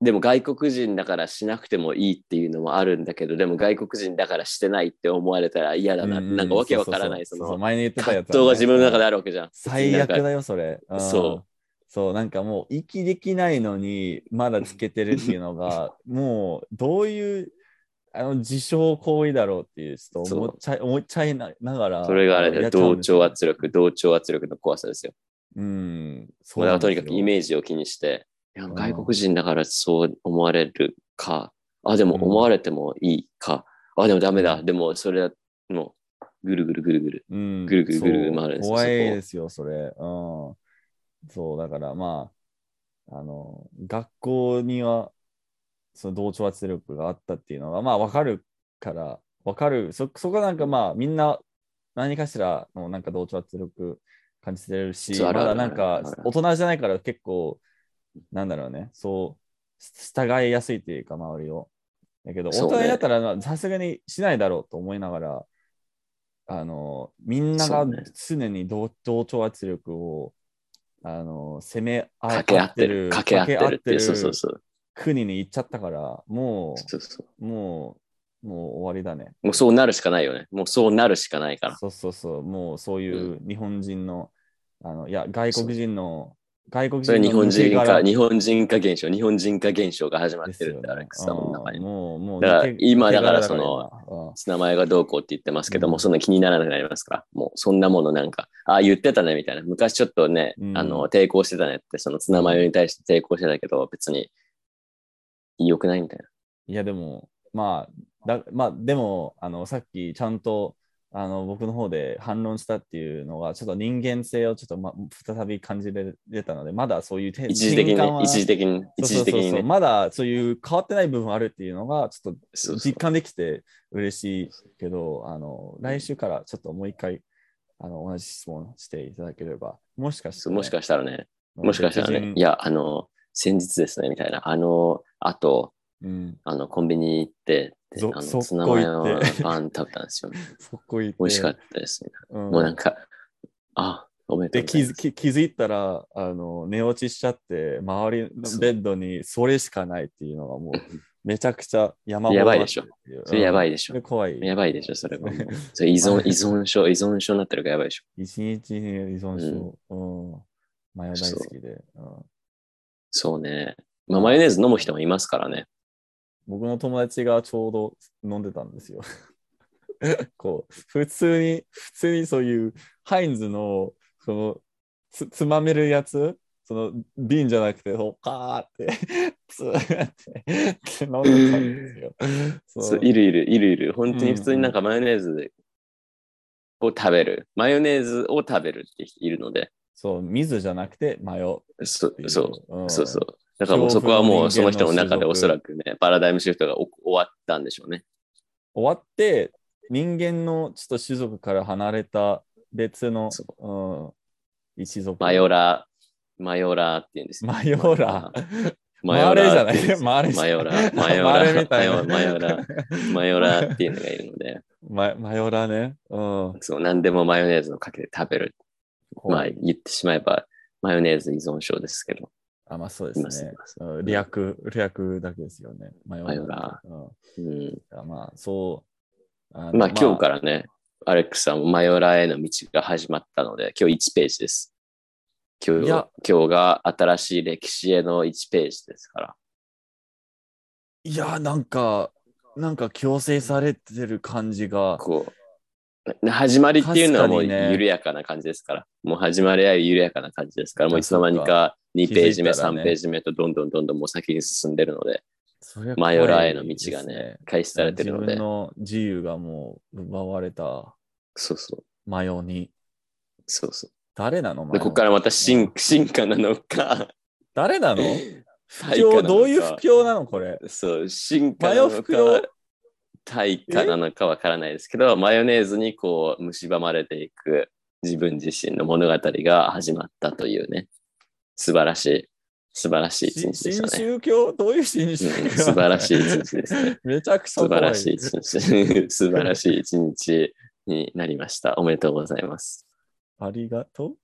Speaker 2: でも外国人だからしなくてもいいっていうのもあるんだけど、でも外国人だからしてないって思われたら嫌だな、
Speaker 1: うう
Speaker 2: なんかわけわからない、
Speaker 1: そそ
Speaker 2: そう
Speaker 1: うそう
Speaker 2: の
Speaker 1: 前に言ってた
Speaker 2: 葛
Speaker 1: やつ
Speaker 2: 藤が自分の中で
Speaker 1: で
Speaker 2: あるわけじゃん。
Speaker 1: 最悪
Speaker 2: なんか
Speaker 1: だよそれ、うん
Speaker 2: そう
Speaker 1: そうなんかもう息できないのにまだつけてるっていうの
Speaker 2: (laughs)
Speaker 1: がもうどういうあの自傷行為だろうっていうちょっと思っちゃい思っちゃいなながら
Speaker 2: それがあれ
Speaker 1: や
Speaker 2: で
Speaker 1: っちゃう
Speaker 2: 同
Speaker 1: んですよ
Speaker 2: 調圧力、同調圧力の怖さですよ。
Speaker 1: うん
Speaker 2: もうだからとにかくイ
Speaker 1: ージ
Speaker 2: メージを気にして、いや外国人だからそう思われるか。あ、でも
Speaker 1: うん
Speaker 2: 思われてもいいか。あ、でもダメだ。でもそれはもうぐるぐるぐるぐる。
Speaker 1: うん、
Speaker 2: ぐるぐるぐ
Speaker 1: そ
Speaker 2: るぐる
Speaker 1: う
Speaker 2: 回るんですよ
Speaker 1: 怖い
Speaker 2: そこ
Speaker 1: ですよ、それ。うん。そう、だからまあ、あの、学校には、その同調圧力があったっていうのは、まあ、わかるから、わかる。そ、そこはなんかまあ、みんな、何かしらのなんか同調圧力感じてるし、
Speaker 2: そうあ
Speaker 1: ま
Speaker 2: るある
Speaker 1: だなん
Speaker 2: あ
Speaker 1: か
Speaker 2: るある、
Speaker 1: 大人じゃないから結構、なんだろうね、そう、し従いやすいというか、周りを。だけど、大
Speaker 2: そうね
Speaker 1: 人だったらまあさすがにしないだろうと思いながら、あの、みんな
Speaker 2: そ
Speaker 1: が
Speaker 2: うね
Speaker 1: 常に同,、同調圧力を、あの、攻め合
Speaker 2: 掛け合ってる。掛け合ってるっていう。そうそうそう。
Speaker 1: 国に行っちゃったから、も
Speaker 2: そうそう
Speaker 1: う、もう、もう終わりだね。
Speaker 2: もうそうなるしかないよね。もうそうなるしかないから。
Speaker 1: そうそうそう、もうそういう日本人の、あの、いや、外国人の、外国
Speaker 2: それ
Speaker 1: 人の
Speaker 2: 日本人
Speaker 1: 抜け
Speaker 2: か、
Speaker 1: 殻
Speaker 2: 日本人化現象、日本人化現象が始まっ
Speaker 1: で
Speaker 2: て
Speaker 1: す
Speaker 2: る
Speaker 1: よ
Speaker 2: ん
Speaker 1: ね
Speaker 2: だ、アレックスさんの中
Speaker 1: うん
Speaker 2: に。
Speaker 1: もう、もう、
Speaker 2: だから
Speaker 1: 抜け
Speaker 2: 今だから
Speaker 1: 抜け殻
Speaker 2: そ
Speaker 1: 今うん
Speaker 2: 名前がどうこうって言ってますけど
Speaker 1: う
Speaker 2: も、
Speaker 1: ん
Speaker 2: そんな気にならなくなりますから、もうそんなものなんか、ああ、言ってたねみたいな、昔ちょっとね、
Speaker 1: うん
Speaker 2: あの抵抗してたねって、そのツナマヨに対して抵抗してたけど、別に良くないみたいな。
Speaker 1: いや、でも、まあ、だまあ、でも、あの、さっきちゃんと、あの、僕の方で反論したっていうのが、ちょっと人間性をちょっと、ま、再び感じれれたので、まだそういう
Speaker 2: 一時的にね、一時
Speaker 1: 的
Speaker 2: 的に、一時的にね。
Speaker 1: まだそういう変わってない部分あるっていうのが、ちょっ
Speaker 2: そ
Speaker 1: と
Speaker 2: うそう
Speaker 1: 実感できて嬉しいけど、あの、来週からちょっともう一回、あの、同じ質問していただければ、もしかして
Speaker 2: そ
Speaker 1: ね、
Speaker 2: うもしかしたらね、もしかしたら
Speaker 1: 別
Speaker 2: ね
Speaker 1: 人、
Speaker 2: いや、あの、先日ですね、みたいな、あの、あと、
Speaker 1: うん、
Speaker 2: あの、コンビニ行って、で
Speaker 1: ぞ
Speaker 2: あ
Speaker 1: そ
Speaker 2: の
Speaker 1: っ
Speaker 2: ツナマヨ
Speaker 1: こ行
Speaker 2: の
Speaker 1: って
Speaker 2: パン食べたんで
Speaker 1: (laughs)
Speaker 2: すよ。
Speaker 1: そこ行って。
Speaker 2: 美味しかったです、ね。
Speaker 1: うん
Speaker 2: もうなんか、あ、おめで
Speaker 1: で
Speaker 2: とうご
Speaker 1: 気
Speaker 2: ざいま
Speaker 1: づ
Speaker 2: す。
Speaker 1: き気づいたらあの寝落ちしちゃって周り
Speaker 2: そ
Speaker 1: の
Speaker 2: う
Speaker 1: ベッドにそれしかないっていうのがもうめちゃくちゃ山ほど
Speaker 2: やばいでしょ
Speaker 1: あるってう。
Speaker 2: それやば
Speaker 1: い
Speaker 2: いでしょ。
Speaker 1: 怖い。。
Speaker 2: やばいでしょ、それはもう。それ依存、依存症、依存症になってるからやばいでしょ。
Speaker 1: 一日に依存症。うん。マヨ大好きで。うん
Speaker 2: そうね。まあ、マヨネーズ飲む人もいますから
Speaker 1: (laughs)
Speaker 2: ね。
Speaker 1: 僕の友達がちょうど飲んでたんですよ。 (laughs) こう、普通に、普通にそういうハインズの、その、つつまめるやつ、その瓶じゃなくて、そうカーって、 (laughs) つーって飲んでたんですよ。
Speaker 2: そういるいる、いるいる。本当に普通になんかマヨネーズを食べる。マヨネーズを食べるって人いるので。
Speaker 1: そう、水じゃなくてマヨ
Speaker 2: そ、
Speaker 1: っていう。
Speaker 2: そう
Speaker 1: う
Speaker 2: う、
Speaker 1: ん
Speaker 2: そうそう。だからもうそこはもうその人の中でおそらくね、パラダイムシフトがお終わったんでしょうね。
Speaker 1: 終わって、人間のちょっと種族から離れた別の
Speaker 2: そ、
Speaker 1: うん、一族。
Speaker 2: マヨラ、マヨラって言うんですよ
Speaker 1: マヨラ。
Speaker 2: (laughs)
Speaker 1: (laughs)
Speaker 2: マ
Speaker 1: マー
Speaker 2: ヨラー
Speaker 1: レじゃない
Speaker 2: マヨラー。
Speaker 1: マ
Speaker 2: マヨ
Speaker 1: ー
Speaker 2: ラ
Speaker 1: レ
Speaker 2: ー。
Speaker 1: みたいな
Speaker 2: マ
Speaker 1: (laughs)
Speaker 2: ヨラー。マヨラーっていうのがいるので、
Speaker 1: ママヨラね。うん。
Speaker 2: そう何でもマヨネーズをかけて食べる。まあ
Speaker 1: 怖い
Speaker 2: 言ってしまえば、マヨネーズ依存症ですけど、
Speaker 1: あ、まあそう
Speaker 2: い
Speaker 1: で
Speaker 2: ますすい
Speaker 1: ね。
Speaker 2: ます。
Speaker 1: うん略、略だけですよね。マヨ
Speaker 2: マヨラ
Speaker 1: うん
Speaker 2: うん
Speaker 1: だからまあそう。あの。
Speaker 2: まあ今日かららね、アレックスさんもマヨラーへの道が始まったので、今日1ページです。今
Speaker 1: い
Speaker 2: 日
Speaker 1: や
Speaker 2: 今日が新しい歴史への1ページですから。
Speaker 1: いや、なんか、なんか強制されてる感じが。
Speaker 2: こう、な始まりっていうのはもう
Speaker 1: 確かにね
Speaker 2: 緩やかな感じですから、もう始まりは緩やかな感じですから、もういつの間に
Speaker 1: そう
Speaker 2: か2ページ目、
Speaker 1: 気づいたらね
Speaker 2: 3ページ目とどんどんどんどんもう先に進んでるので、
Speaker 1: それは
Speaker 2: マ
Speaker 1: 怖い
Speaker 2: ヨラーへの道が
Speaker 1: です
Speaker 2: ね、開始されてるの
Speaker 1: 自
Speaker 2: で
Speaker 1: 分、の自由がもう奪われた
Speaker 2: そうそう、
Speaker 1: マヨに。
Speaker 2: そうそ
Speaker 1: 誰なの
Speaker 2: う。
Speaker 1: マ
Speaker 2: で、
Speaker 1: ヨ
Speaker 2: ここからまた進進化なのか、
Speaker 1: 誰な
Speaker 2: (laughs)
Speaker 1: の不
Speaker 2: 対
Speaker 1: 況、
Speaker 2: 価なのか
Speaker 1: どういう不況なのこれ。
Speaker 2: そう、進化
Speaker 1: マ
Speaker 2: な
Speaker 1: ヨ
Speaker 2: の
Speaker 1: 袋
Speaker 2: か、対価なのかわからないですけど、マヨネーズにこう、蝕まれていく自分自身の物語が始まったというね、素晴らしい、素晴らしい一
Speaker 1: 新
Speaker 2: 日でし
Speaker 1: 新
Speaker 2: たね。
Speaker 1: 宗教どういう新宗
Speaker 2: う
Speaker 1: 教
Speaker 2: ん素晴らしい一日です (laughs) ね。
Speaker 1: (laughs) めちゃくちゃ
Speaker 2: 素
Speaker 1: 怖
Speaker 2: 晴
Speaker 1: い。
Speaker 2: らしい一日、 (laughs) 素晴らしい一日になりました。おめでとうございます。
Speaker 1: ありがとう。